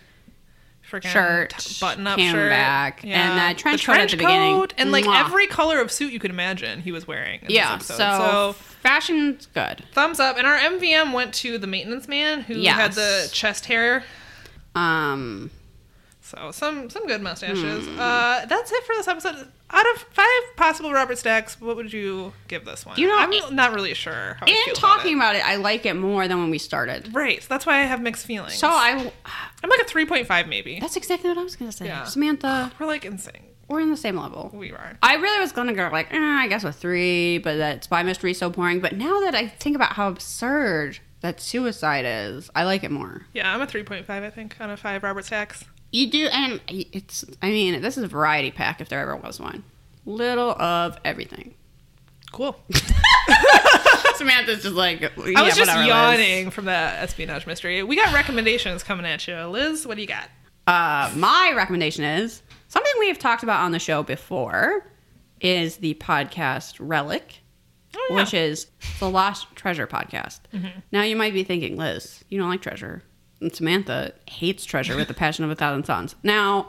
[SPEAKER 3] frickin'
[SPEAKER 1] Shirt,
[SPEAKER 3] t- button-up
[SPEAKER 1] came
[SPEAKER 3] shirt,
[SPEAKER 1] back, and that trench
[SPEAKER 3] the
[SPEAKER 1] coat at
[SPEAKER 3] trench
[SPEAKER 1] the beginning.
[SPEAKER 3] coat, and like
[SPEAKER 1] Mwah.
[SPEAKER 3] every color of suit you could imagine he was wearing. In this
[SPEAKER 1] Yeah,
[SPEAKER 3] episode.
[SPEAKER 1] so,
[SPEAKER 3] so
[SPEAKER 1] fashion's good.
[SPEAKER 3] thumbs up. And our MVM went to the maintenance man who had
[SPEAKER 1] Yes.
[SPEAKER 3] the chest hair
[SPEAKER 1] Um,
[SPEAKER 3] So some some good mustaches.
[SPEAKER 1] Hmm.
[SPEAKER 3] Uh, that's it for this episode. Out of five possible Robert Stacks, what would you give this one?
[SPEAKER 1] You know,
[SPEAKER 3] I'm
[SPEAKER 1] it-
[SPEAKER 3] not really sure. How I feel
[SPEAKER 1] and
[SPEAKER 3] about
[SPEAKER 1] talking about it, I like it more than when we started.
[SPEAKER 3] it. right, so that's why I have mixed feelings.
[SPEAKER 1] So I,
[SPEAKER 3] I'm like a 3.5 maybe.
[SPEAKER 1] that's exactly what I was gonna say.
[SPEAKER 3] Yeah.
[SPEAKER 1] Samantha,
[SPEAKER 3] We're like insane.
[SPEAKER 1] we're in the same level.
[SPEAKER 3] We are.
[SPEAKER 1] I really was gonna go like, eh, I guess a three, but that spy mystery is so boring. But now that I think about how absurd that suicide is, I like it more.
[SPEAKER 3] Yeah, I'm a 3.5 I think on a five Robert Stacks.
[SPEAKER 1] You do, and it's. I mean, this is a variety pack if there ever was one. Little of everything.
[SPEAKER 3] Cool.
[SPEAKER 1] Samantha's just like
[SPEAKER 3] I was just yawning from that espionage mystery. We got recommendations coming at you, Liz. What do you got?
[SPEAKER 1] Uh, my recommendation is something we have talked about on the show before is the podcast Relic,
[SPEAKER 3] Oh, yeah. Mm-hmm.
[SPEAKER 1] which is the Lost Treasure podcast. Now you might be thinking, Liz, you don't like treasure, and Samantha hates treasure with the passion of a thousand suns. Now,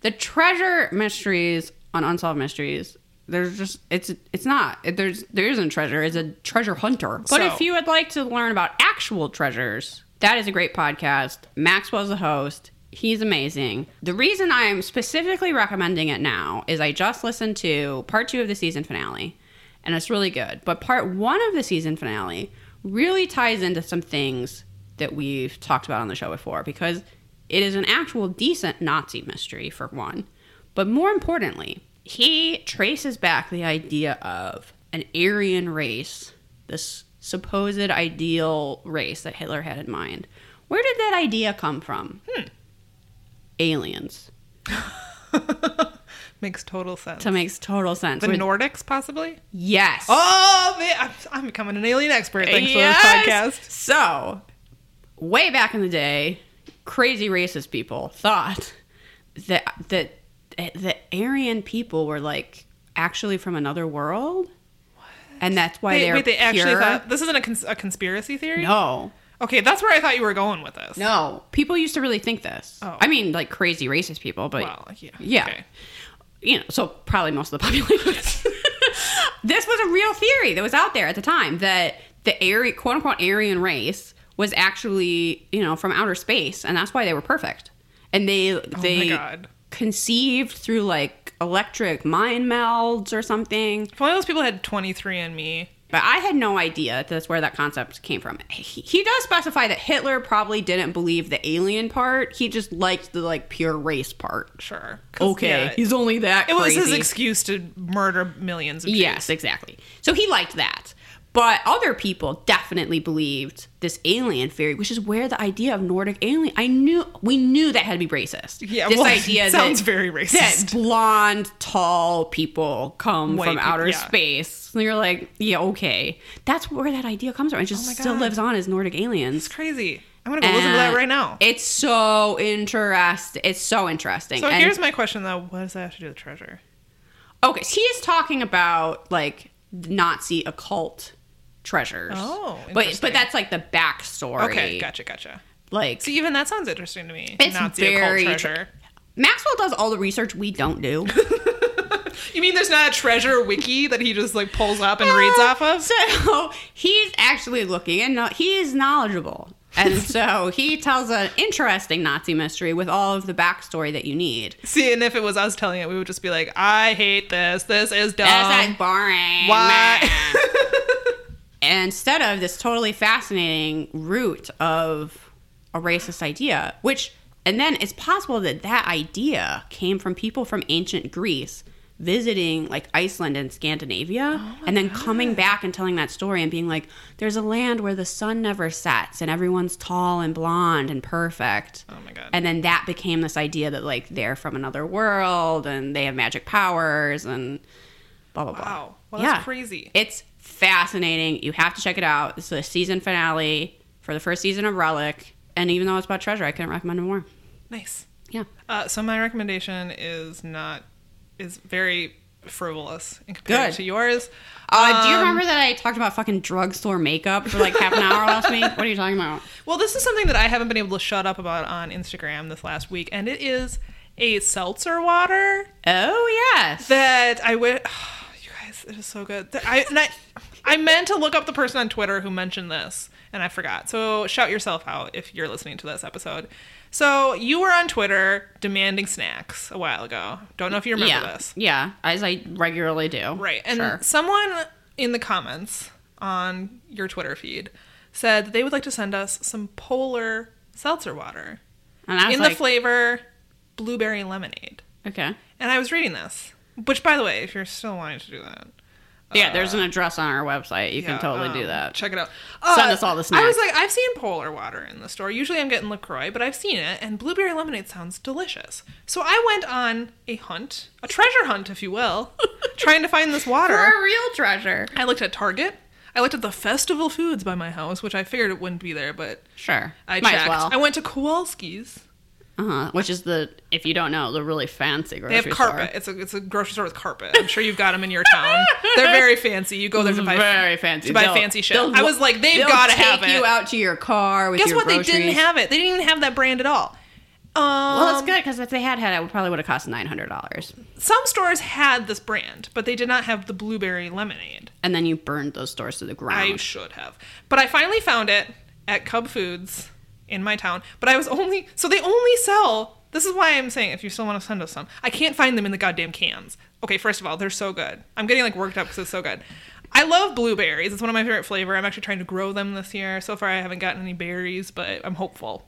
[SPEAKER 1] the treasure mysteries on Unsolved Mysteries. There's just it's it's not it- there's there isn't treasure. It's a treasure hunter. But
[SPEAKER 3] So-
[SPEAKER 1] if you would like to learn about actual treasures, that is a great podcast. Maxwell's the host. He's amazing. The reason I'm specifically recommending it now is I just listened to part two of the season finale, and it's really good. But part one of the season finale really ties into some things that we've talked about on the show before because it is an actual decent Nazi mystery, for one. But more importantly, he traces back the idea of an Aryan race, this supposed ideal race that Hitler had in mind. Where did that idea come from? Aliens.
[SPEAKER 3] Makes total sense.
[SPEAKER 1] So it makes total sense.
[SPEAKER 3] the
[SPEAKER 1] We're-
[SPEAKER 3] Nordics, possibly.
[SPEAKER 1] yes.
[SPEAKER 3] Oh, man. I'm, I'm becoming an alien expert thanks
[SPEAKER 1] Yes.
[SPEAKER 3] to this podcast.
[SPEAKER 1] So, way back in the day, crazy racist people thought that that the Aryan people were like actually from another world, and that's why
[SPEAKER 3] They,
[SPEAKER 1] they're
[SPEAKER 3] wait, they actually
[SPEAKER 1] pure.
[SPEAKER 3] thought this isn't a, cons- a conspiracy theory.
[SPEAKER 1] no.
[SPEAKER 3] Okay, that's where I thought you were going with this.
[SPEAKER 1] No, people used to really think this.
[SPEAKER 3] Oh.
[SPEAKER 1] I mean, like crazy racist people, but
[SPEAKER 3] Well, yeah.
[SPEAKER 1] yeah,
[SPEAKER 3] Okay.
[SPEAKER 1] you know, so probably most of the population. this was a real theory that was out there at the time that the Aryan, quote unquote, Aryan race was actually you know from outer space, and that's why they were perfect. And they they
[SPEAKER 3] Oh God.
[SPEAKER 1] conceived through like electric mind melds or something.
[SPEAKER 3] If one of those people had 23andMe,
[SPEAKER 1] But I had no idea that's where that concept came from. He, he does specify that Hitler probably didn't believe the alien part. He just liked the like pure race part.
[SPEAKER 3] sure. 'Cause,
[SPEAKER 1] Okay,
[SPEAKER 3] yeah,
[SPEAKER 1] he's only that.
[SPEAKER 3] it was his
[SPEAKER 1] crazy.
[SPEAKER 3] excuse to murder millions of
[SPEAKER 1] Yes, exactly. So he liked that. But other people definitely believed this alien theory, which is where the idea of Nordic alien. I knew we knew that had to be racist.
[SPEAKER 3] Yeah,
[SPEAKER 1] this
[SPEAKER 3] well,
[SPEAKER 1] idea that-
[SPEAKER 3] sounds very
[SPEAKER 1] That
[SPEAKER 3] racist.
[SPEAKER 1] blonde, tall people come
[SPEAKER 3] White
[SPEAKER 1] from
[SPEAKER 3] people,
[SPEAKER 1] outer
[SPEAKER 3] yeah.
[SPEAKER 1] space, and you're like, yeah, okay, that's where that idea comes from. It just
[SPEAKER 3] Oh my
[SPEAKER 1] still
[SPEAKER 3] God.
[SPEAKER 1] lives on as Nordic aliens.
[SPEAKER 3] It's crazy. I'm going to go listen to that
[SPEAKER 1] And
[SPEAKER 3] right now.
[SPEAKER 1] It's so interesting. It's so interesting.
[SPEAKER 3] so
[SPEAKER 1] And-
[SPEAKER 3] here's my question, though. What does that have to do with treasure?
[SPEAKER 1] Okay, so he is talking about like Nazi occult treasures.
[SPEAKER 3] Oh,
[SPEAKER 1] but
[SPEAKER 3] interesting.
[SPEAKER 1] but that's like the backstory.
[SPEAKER 3] Okay, gotcha, gotcha.
[SPEAKER 1] Like
[SPEAKER 3] So even that sounds interesting to me.
[SPEAKER 1] It's
[SPEAKER 3] Nazi
[SPEAKER 1] very
[SPEAKER 3] occult treasure.
[SPEAKER 1] Maxwell does all the research we don't do.
[SPEAKER 3] you mean there's not a treasure wiki that he just like pulls up and reads off of?
[SPEAKER 1] So he's actually looking, and no- he is knowledgeable. And so he tells an interesting Nazi mystery with all of the backstory that you need.
[SPEAKER 3] See, and if it was us telling it, we would just be like, "I hate this. This is dumb.
[SPEAKER 1] That's like boring.
[SPEAKER 3] Why?"
[SPEAKER 1] instead of this totally fascinating root of a racist idea, which, and then it's possible that that idea came from people from ancient Greece visiting like Iceland and
[SPEAKER 3] Oh
[SPEAKER 1] Scandinavia and then coming back and telling that story and being like, there's a land where the sun never sets and everyone's tall and blonde and perfect.
[SPEAKER 3] Oh my God.
[SPEAKER 1] And then that became this idea that like they're from another world and they have magic powers and blah blah blah.
[SPEAKER 3] Wow. Well, that's crazy.
[SPEAKER 1] It's fascinating. You have to check it out. It's the season finale for the first season of Relic. And even though it's about treasure, I couldn't recommend it more.
[SPEAKER 3] nice.
[SPEAKER 1] Yeah.
[SPEAKER 3] Uh, so my recommendation is not is very frivolous in compared
[SPEAKER 1] Good.
[SPEAKER 3] to yours.
[SPEAKER 1] Uh, do you
[SPEAKER 3] Um,
[SPEAKER 1] remember that I talked about fucking drugstore makeup for like half an hour last week? What are you talking about?
[SPEAKER 3] Well, this is something that I haven't been able to shut up about on Instagram this last week, and it is a seltzer water
[SPEAKER 1] Oh yes.
[SPEAKER 3] that I would. you guys, it is so good. Th- I, and I I meant to look up the person on Twitter who mentioned this, and I forgot. So shout yourself out if you're listening to this episode. So you were on Twitter demanding snacks a while ago. Don't know if you remember
[SPEAKER 1] yeah.
[SPEAKER 3] this.
[SPEAKER 1] Yeah. As I regularly do.
[SPEAKER 3] Right. And
[SPEAKER 1] sure.
[SPEAKER 3] someone in the comments on your Twitter feed said that they would like to send us some polar seltzer water
[SPEAKER 1] And I was
[SPEAKER 3] in
[SPEAKER 1] like,
[SPEAKER 3] the flavor blueberry lemonade.
[SPEAKER 1] okay.
[SPEAKER 3] And I was reading this, which, by the way, if you're still wanting to do that,
[SPEAKER 1] Yeah, there's an address on our website. You
[SPEAKER 3] Uh, yeah,
[SPEAKER 1] can totally do
[SPEAKER 3] um,
[SPEAKER 1] that.
[SPEAKER 3] Check it out. Uh,
[SPEAKER 1] Send us all the
[SPEAKER 3] I was
[SPEAKER 1] snacks.
[SPEAKER 3] like, I've seen polar water in the store. Usually I'm getting LaCroix, but I've seen it, and blueberry lemonade sounds delicious. So I went on a hunt, a treasure hunt, if you will, trying to find this water.
[SPEAKER 1] For a real treasure.
[SPEAKER 3] I looked at Target. I looked at the festival foods by my house, which I figured it wouldn't be there, but
[SPEAKER 1] Sure.
[SPEAKER 3] I
[SPEAKER 1] Might
[SPEAKER 3] checked.
[SPEAKER 1] as well.
[SPEAKER 3] I went to Kowalski's.
[SPEAKER 1] Uh-huh. Which is the, if you don't know, the really fancy grocery
[SPEAKER 3] They have
[SPEAKER 1] store.
[SPEAKER 3] carpet. It's a it's a grocery store with carpet. I'm sure you've got them in your town. They're very fancy. You go there to buy
[SPEAKER 1] very fancy.
[SPEAKER 3] to buy
[SPEAKER 1] They'll-
[SPEAKER 3] fancy shit.
[SPEAKER 1] they'll-
[SPEAKER 3] I was like, they've
[SPEAKER 1] they'll
[SPEAKER 3] got to have
[SPEAKER 1] take
[SPEAKER 3] it.
[SPEAKER 1] you out to your car with
[SPEAKER 3] Guess
[SPEAKER 1] your
[SPEAKER 3] what? They
[SPEAKER 1] groceries.
[SPEAKER 3] didn't have it. They didn't even have that brand at all. Um,
[SPEAKER 1] Well, that's good because if they had had it, it probably would have cost nine hundred dollars,
[SPEAKER 3] Some stores had this brand, but they did not have the blueberry lemonade.
[SPEAKER 1] and then you burned those stores to the
[SPEAKER 3] I
[SPEAKER 1] ground.
[SPEAKER 3] should have. But I finally found it at Cub Foods in my town. But I was only so they only sell. This is why I'm saying if you still want to send us some, I can't find them in the goddamn cans. Okay, first of all, they're so good. I'm getting like worked up because it's so good. I love blueberries. It's one of my favorite flavor. I'm actually trying to grow them this year. So far, I haven't gotten any berries, but I'm hopeful.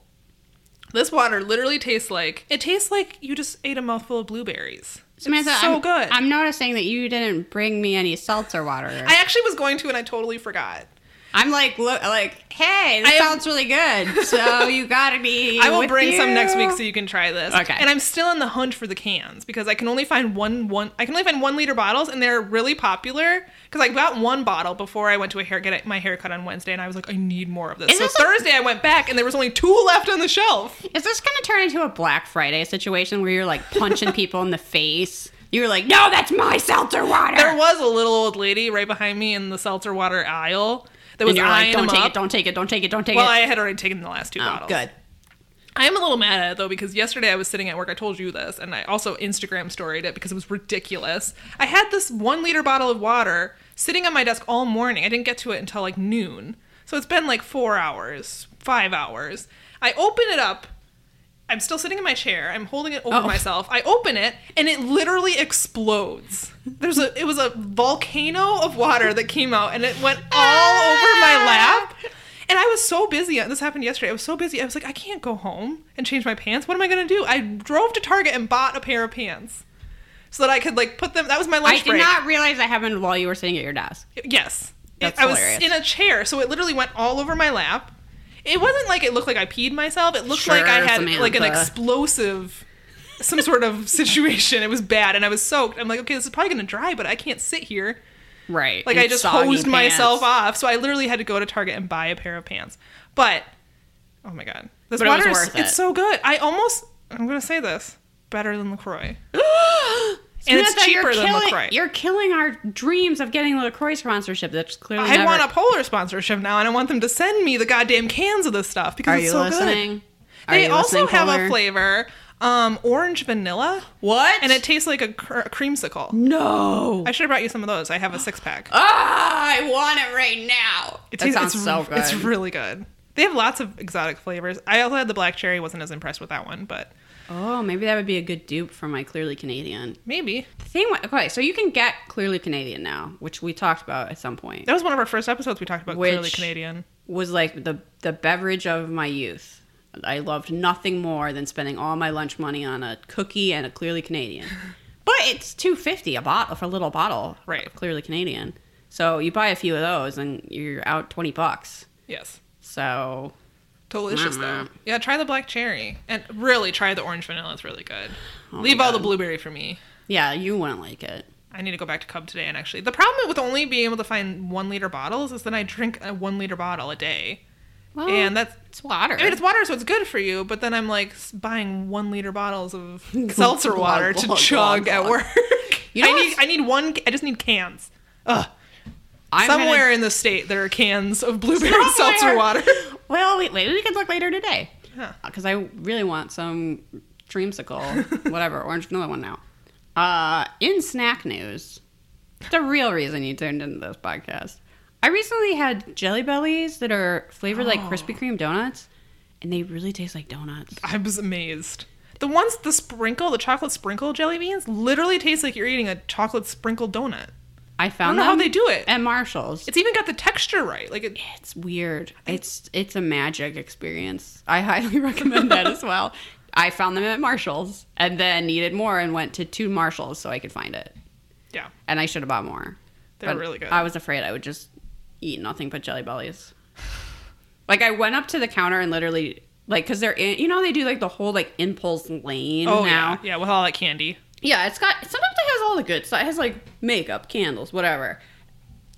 [SPEAKER 3] This water literally tastes like it tastes like you just ate a mouthful of blueberries.
[SPEAKER 1] Samantha,
[SPEAKER 3] it's so
[SPEAKER 1] I'm,
[SPEAKER 3] good.
[SPEAKER 1] I'm noticing that you didn't bring me any seltzer water.
[SPEAKER 3] I actually was going to and I totally forgot.
[SPEAKER 1] I'm like, look, like, hey, this
[SPEAKER 3] I am-
[SPEAKER 1] sounds really good. So you gotta be.
[SPEAKER 3] I will
[SPEAKER 1] with
[SPEAKER 3] bring some
[SPEAKER 1] you.
[SPEAKER 3] next week so you can try this.
[SPEAKER 1] Okay.
[SPEAKER 3] And I'm still in the hunt for the cans because I can only find one one I can only find one liter bottles and they're really popular because I got one bottle before I went to a hair get my hair cut on Wednesday and I was like I need more of this.
[SPEAKER 1] Is
[SPEAKER 3] so
[SPEAKER 1] this a-
[SPEAKER 3] Thursday I went back and there was only two left on the shelf.
[SPEAKER 1] Is this gonna turn into a Black Friday situation where you're like punching people in the face? You're like, no, that's my seltzer water.
[SPEAKER 3] There was a little old lady right behind me in the seltzer water aisle that was
[SPEAKER 1] and you're like,
[SPEAKER 3] eyeing
[SPEAKER 1] don't
[SPEAKER 3] them
[SPEAKER 1] take
[SPEAKER 3] up.
[SPEAKER 1] it, don't take it, don't take it, don't take
[SPEAKER 3] well, I
[SPEAKER 1] it.
[SPEAKER 3] had already taken the last two
[SPEAKER 1] oh,
[SPEAKER 3] bottles.
[SPEAKER 1] good.
[SPEAKER 3] I am a little mad at it though because yesterday I was sitting at work. I told you this, and I also Instagram storied it because it was ridiculous. I had this one liter bottle of water sitting on my desk all morning. I didn't get to it until like noon, so it's been like four hours, five hours. I open it up. I'm still sitting in my chair. I'm holding it over
[SPEAKER 1] Oh.
[SPEAKER 3] myself. I open it, and it literally explodes. There's a it was a volcano of water that came out, and it went all over my
[SPEAKER 1] Ah.
[SPEAKER 3] lap. And I was so busy. This happened yesterday. I was so busy. I was like, I can't go home and change my pants. What am I gonna do? I drove to Target and bought a pair of pants so that I could like put them. That was my lunch
[SPEAKER 1] I did
[SPEAKER 3] break.
[SPEAKER 1] not realize that happened while you were sitting at your desk.
[SPEAKER 3] Yes.
[SPEAKER 1] That's
[SPEAKER 3] I was
[SPEAKER 1] hilarious.
[SPEAKER 3] in a chair, so it literally went all over my lap. It wasn't like it looked like I peed myself. It looked like I
[SPEAKER 1] Sure,
[SPEAKER 3] had like an
[SPEAKER 1] Samantha.
[SPEAKER 3] explosive, some sort of situation. It was bad, and I was soaked. I'm like, okay, this is probably gonna dry, but I can't sit here.
[SPEAKER 1] Right.
[SPEAKER 3] Like
[SPEAKER 1] in
[SPEAKER 3] I just
[SPEAKER 1] soggy
[SPEAKER 3] hosed myself
[SPEAKER 1] pants.
[SPEAKER 3] off, so I literally had to go to Target and buy a pair of pants. But oh my god, this
[SPEAKER 1] But it was
[SPEAKER 3] water
[SPEAKER 1] worth
[SPEAKER 3] is—it's
[SPEAKER 1] it.
[SPEAKER 3] so good. I almost—I'm gonna say this better than Lacroix. And it's
[SPEAKER 1] Samantha, you're
[SPEAKER 3] cheaper than
[SPEAKER 1] killing-
[SPEAKER 3] LaCroix.
[SPEAKER 1] You're killing our dreams of getting the LaCroix sponsorship. That's clearly
[SPEAKER 3] I
[SPEAKER 1] never-
[SPEAKER 3] want a polar sponsorship now, and I want them to send me the goddamn cans of this stuff because
[SPEAKER 1] Are
[SPEAKER 3] it's
[SPEAKER 1] you
[SPEAKER 3] so
[SPEAKER 1] listening?
[SPEAKER 3] good.
[SPEAKER 1] Are
[SPEAKER 3] They
[SPEAKER 1] you
[SPEAKER 3] also
[SPEAKER 1] listening,
[SPEAKER 3] have
[SPEAKER 1] Polar?
[SPEAKER 3] a flavor, um, orange vanilla,
[SPEAKER 1] What?
[SPEAKER 3] and it tastes like a, cr- a creamsicle.
[SPEAKER 1] no.
[SPEAKER 3] I should have brought you some of those. I have a six pack.
[SPEAKER 1] Ah, I want it right now. It
[SPEAKER 3] tastes-
[SPEAKER 1] sounds
[SPEAKER 3] it's,
[SPEAKER 1] so good.
[SPEAKER 3] It's really good. They have lots of exotic flavors. I also had the black cherry. wasn't as impressed with that one, but
[SPEAKER 1] oh, maybe that would be a good dupe for my clearly Canadian.
[SPEAKER 3] maybe
[SPEAKER 1] The thing. wa- Okay, so you can get clearly Canadian now, which we talked about at some point.
[SPEAKER 3] that was one of our first episodes. We talked about
[SPEAKER 1] Which-
[SPEAKER 3] clearly Canadian.
[SPEAKER 1] was like the the beverage of my youth. I loved nothing more than spending all my lunch money on a cookie and a clearly Canadian. but it's two fifty a bottle for a little bottle,
[SPEAKER 3] Right.
[SPEAKER 1] of Clearly Canadian. So you buy a few of those and you're out twenty bucks.
[SPEAKER 3] Yes,
[SPEAKER 1] So
[SPEAKER 3] delicious
[SPEAKER 1] Mm-mm.
[SPEAKER 3] though. Yeah, try the black cherry and really try the orange vanilla. It's really good.
[SPEAKER 1] Oh,
[SPEAKER 3] Leave all the blueberry for me.
[SPEAKER 1] yeah, you wouldn't like it.
[SPEAKER 3] I need to go back to Cub today and actually the problem with only being able to find one liter bottles is then I drink a one liter bottle a day.
[SPEAKER 1] Well,
[SPEAKER 3] And that's
[SPEAKER 1] it's water.
[SPEAKER 3] I mean it's water so it's good for you, but then I'm like s- buying one liter bottles of seltzer water to
[SPEAKER 1] Glug, glug,
[SPEAKER 3] chug
[SPEAKER 1] glug,
[SPEAKER 3] at
[SPEAKER 1] glug.
[SPEAKER 3] work.
[SPEAKER 1] You know
[SPEAKER 3] I need
[SPEAKER 1] what's-
[SPEAKER 3] I need one I just need cans. Ugh.
[SPEAKER 1] I'm gonna-
[SPEAKER 3] Somewhere in the state there are cans of blueberry
[SPEAKER 1] Somewhere.
[SPEAKER 3] seltzer water.
[SPEAKER 1] Well, we, maybe we could look later today.
[SPEAKER 3] Huh.
[SPEAKER 1] Because I really want some dreamsicle, whatever, orange vanilla one now. Uh, in snack news, the real reason you tuned into this podcast, I recently had Jelly Bellies that are flavored like
[SPEAKER 3] Oh.
[SPEAKER 1] Krispy Kreme donuts, and they really taste like donuts.
[SPEAKER 3] I was amazed. The ones the sprinkle, the chocolate sprinkle jelly beans literally taste like you're eating a chocolate sprinkled donut.
[SPEAKER 1] I found
[SPEAKER 3] know how
[SPEAKER 1] them
[SPEAKER 3] they do it.
[SPEAKER 1] at Marshalls.
[SPEAKER 3] It's even got the texture right. Like it
[SPEAKER 1] It's weird. It's it's a magic experience. I highly recommend that as well. I found them at Marshalls and then needed more and went to two Marshalls so I could find it.
[SPEAKER 3] yeah.
[SPEAKER 1] And I should have bought more.
[SPEAKER 3] They're
[SPEAKER 1] But
[SPEAKER 3] really good.
[SPEAKER 1] I was afraid I would just eat nothing but jelly bellies. Like I went up to the counter and literally like cuz they're in, you know they do like the whole like impulse lane
[SPEAKER 3] Oh
[SPEAKER 1] now.
[SPEAKER 3] yeah, yeah, with all that candy.
[SPEAKER 1] Yeah, it's got sometimes it has all the good stuff. It has like makeup, candles, whatever.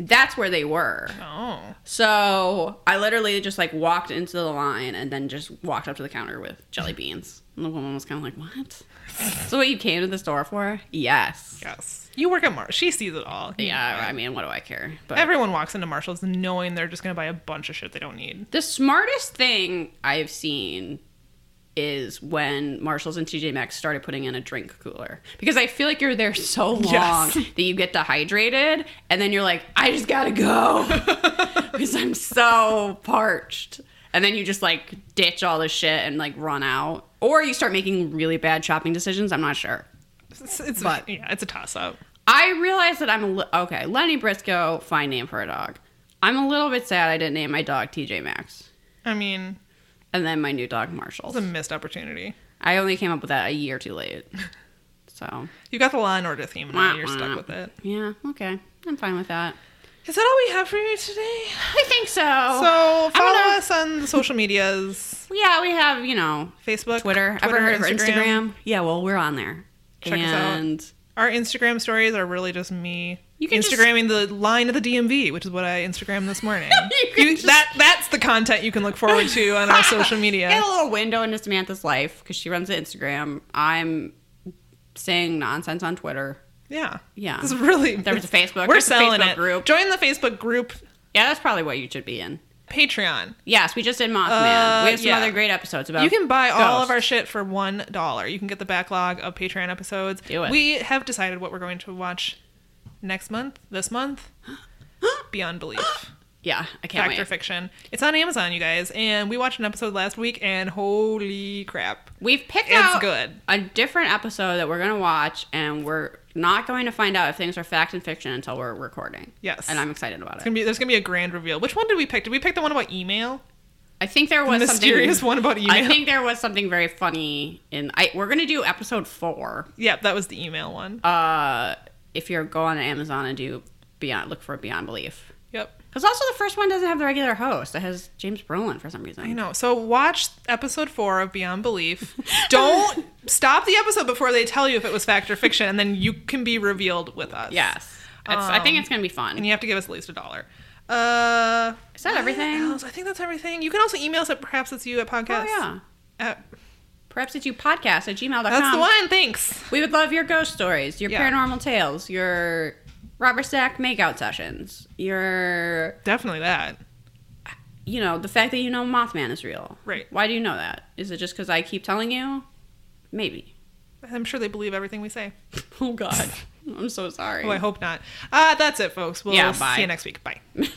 [SPEAKER 1] That's where they were.
[SPEAKER 3] Oh,
[SPEAKER 1] So I literally just like walked into the line and then just walked up to the counter with jelly beans. And the woman was kind of like, "What? so what you came to the store for? Yes.
[SPEAKER 3] yes. You work at Mars. She sees it all. You
[SPEAKER 1] Yeah.
[SPEAKER 3] know it.
[SPEAKER 1] I mean, what do I care? But
[SPEAKER 3] Everyone walks into Marshalls knowing they're just gonna buy a bunch of shit they don't need.
[SPEAKER 1] the smartest thing I've seen is when Marshalls and TJ Maxx started putting in a drink cooler because I feel like you're there so long
[SPEAKER 3] Yes.
[SPEAKER 1] that you get dehydrated and then you're like, I just gotta go because I'm so parched. And then you just like ditch all the shit and like run out, or you start making really bad shopping decisions. I'm not sure.
[SPEAKER 3] It's, it's
[SPEAKER 1] But-
[SPEAKER 3] yeah, it's a toss up.
[SPEAKER 1] I realize that I'm a li- okay. Lenny Briscoe, fine name for a dog. I'm a little bit sad I didn't name my dog TJ Maxx,
[SPEAKER 3] I mean,
[SPEAKER 1] and then my new dog Marshalls.
[SPEAKER 3] it's a missed opportunity.
[SPEAKER 1] I only came up with that a year too late. So,
[SPEAKER 3] You got the Law and Order theme, and now you're
[SPEAKER 1] Wah,
[SPEAKER 3] stuck
[SPEAKER 1] wah.
[SPEAKER 3] with it.
[SPEAKER 1] yeah, okay. I'm fine with that.
[SPEAKER 3] Is that all we have for you today?
[SPEAKER 1] I think so.
[SPEAKER 3] So follow
[SPEAKER 1] Oh, gonna-
[SPEAKER 3] us on the social medias,
[SPEAKER 1] yeah, we have you know
[SPEAKER 3] Facebook,
[SPEAKER 1] Twitter. Ever heard of Instagram? Yeah, well, we're on there.
[SPEAKER 3] Check us out.
[SPEAKER 1] and
[SPEAKER 3] Our Instagram stories are really just me
[SPEAKER 1] You can just-
[SPEAKER 3] Instagramming the line of the DMV, which is what I Instagrammed this morning.
[SPEAKER 1] You can
[SPEAKER 3] You-
[SPEAKER 1] just-
[SPEAKER 3] That that's the content you can look forward to on our social media.
[SPEAKER 1] Get a little window into Samantha's life because she runs the Instagram. I'm saying nonsense on Twitter.
[SPEAKER 3] Yeah,
[SPEAKER 1] Yeah.
[SPEAKER 3] It's really
[SPEAKER 1] There was a Facebook-
[SPEAKER 3] We're
[SPEAKER 1] there's a
[SPEAKER 3] selling
[SPEAKER 1] Facebook
[SPEAKER 3] it.
[SPEAKER 1] group.
[SPEAKER 3] Join the Facebook group,
[SPEAKER 1] Yeah, that's probably what you should be in.
[SPEAKER 3] Patreon.
[SPEAKER 1] Yes, we just did Mothman.
[SPEAKER 3] Uh,
[SPEAKER 1] we have some
[SPEAKER 3] yeah.
[SPEAKER 1] other great episodes about.
[SPEAKER 3] You can buy all of
[SPEAKER 1] ghosts.
[SPEAKER 3] our shit for one dollar. You can get the backlog of Patreon episodes.
[SPEAKER 1] Do it.
[SPEAKER 3] We have decided what we're going to watch next month, this month, beyond belief.
[SPEAKER 1] Yeah, I can't
[SPEAKER 3] Fact or
[SPEAKER 1] wait.
[SPEAKER 3] fiction. It's on Amazon, you guys, and we watched an episode last week, and holy crap!
[SPEAKER 1] We've picked
[SPEAKER 3] It's
[SPEAKER 1] out
[SPEAKER 3] good.
[SPEAKER 1] a different episode that we're gonna watch, and we're not going to find out if things are fact and fiction until we're recording.
[SPEAKER 3] Yes.
[SPEAKER 1] and I'm excited about
[SPEAKER 3] It's
[SPEAKER 1] it.
[SPEAKER 3] gonna be there's gonna be a grand reveal. Which one did we pick? Did we pick the one about email?
[SPEAKER 1] I think there was
[SPEAKER 3] Mysterious
[SPEAKER 1] something,
[SPEAKER 3] one about email.
[SPEAKER 1] I think there was something very funny in. I we're gonna do episode four.
[SPEAKER 3] yeah, that was the email one.
[SPEAKER 1] Uh, if you go on Amazon and do beyond, look for Beyond Belief.
[SPEAKER 3] yep.
[SPEAKER 1] Because also the first one doesn't have the regular host. It has James Brolin for some reason.
[SPEAKER 3] I know. So watch episode four of Beyond Belief. Don't stop the episode before they tell you if it was fact or fiction, and then you can be revealed with us.
[SPEAKER 1] Yes, it's, I
[SPEAKER 3] Um,
[SPEAKER 1] think it's gonna be fun.
[SPEAKER 3] And you have to give us at least a dollar. Uh,
[SPEAKER 1] Is that
[SPEAKER 3] what
[SPEAKER 1] everything?
[SPEAKER 3] else? I think that's everything. You can also email us at perhaps it's you at
[SPEAKER 1] oh
[SPEAKER 3] podcast.
[SPEAKER 1] yeah.
[SPEAKER 3] at-
[SPEAKER 1] Perhaps it's you podcast at gmail.com.
[SPEAKER 3] that's the one. Thanks.
[SPEAKER 1] We would love your ghost stories, your
[SPEAKER 3] Yeah.
[SPEAKER 1] paranormal tales, your rubber stack makeout sessions, your
[SPEAKER 3] Definitely that.
[SPEAKER 1] you know the fact that you know Mothman is real.
[SPEAKER 3] Right.
[SPEAKER 1] Why do you know that? Is it just because I keep telling you? Maybe.
[SPEAKER 3] I'm sure they believe everything we say.
[SPEAKER 1] Oh God, I'm so sorry.
[SPEAKER 3] Oh, I hope not. Uh, that's it, folks. We'll
[SPEAKER 1] Yeah,
[SPEAKER 3] see
[SPEAKER 1] bye.
[SPEAKER 3] you next week. Bye.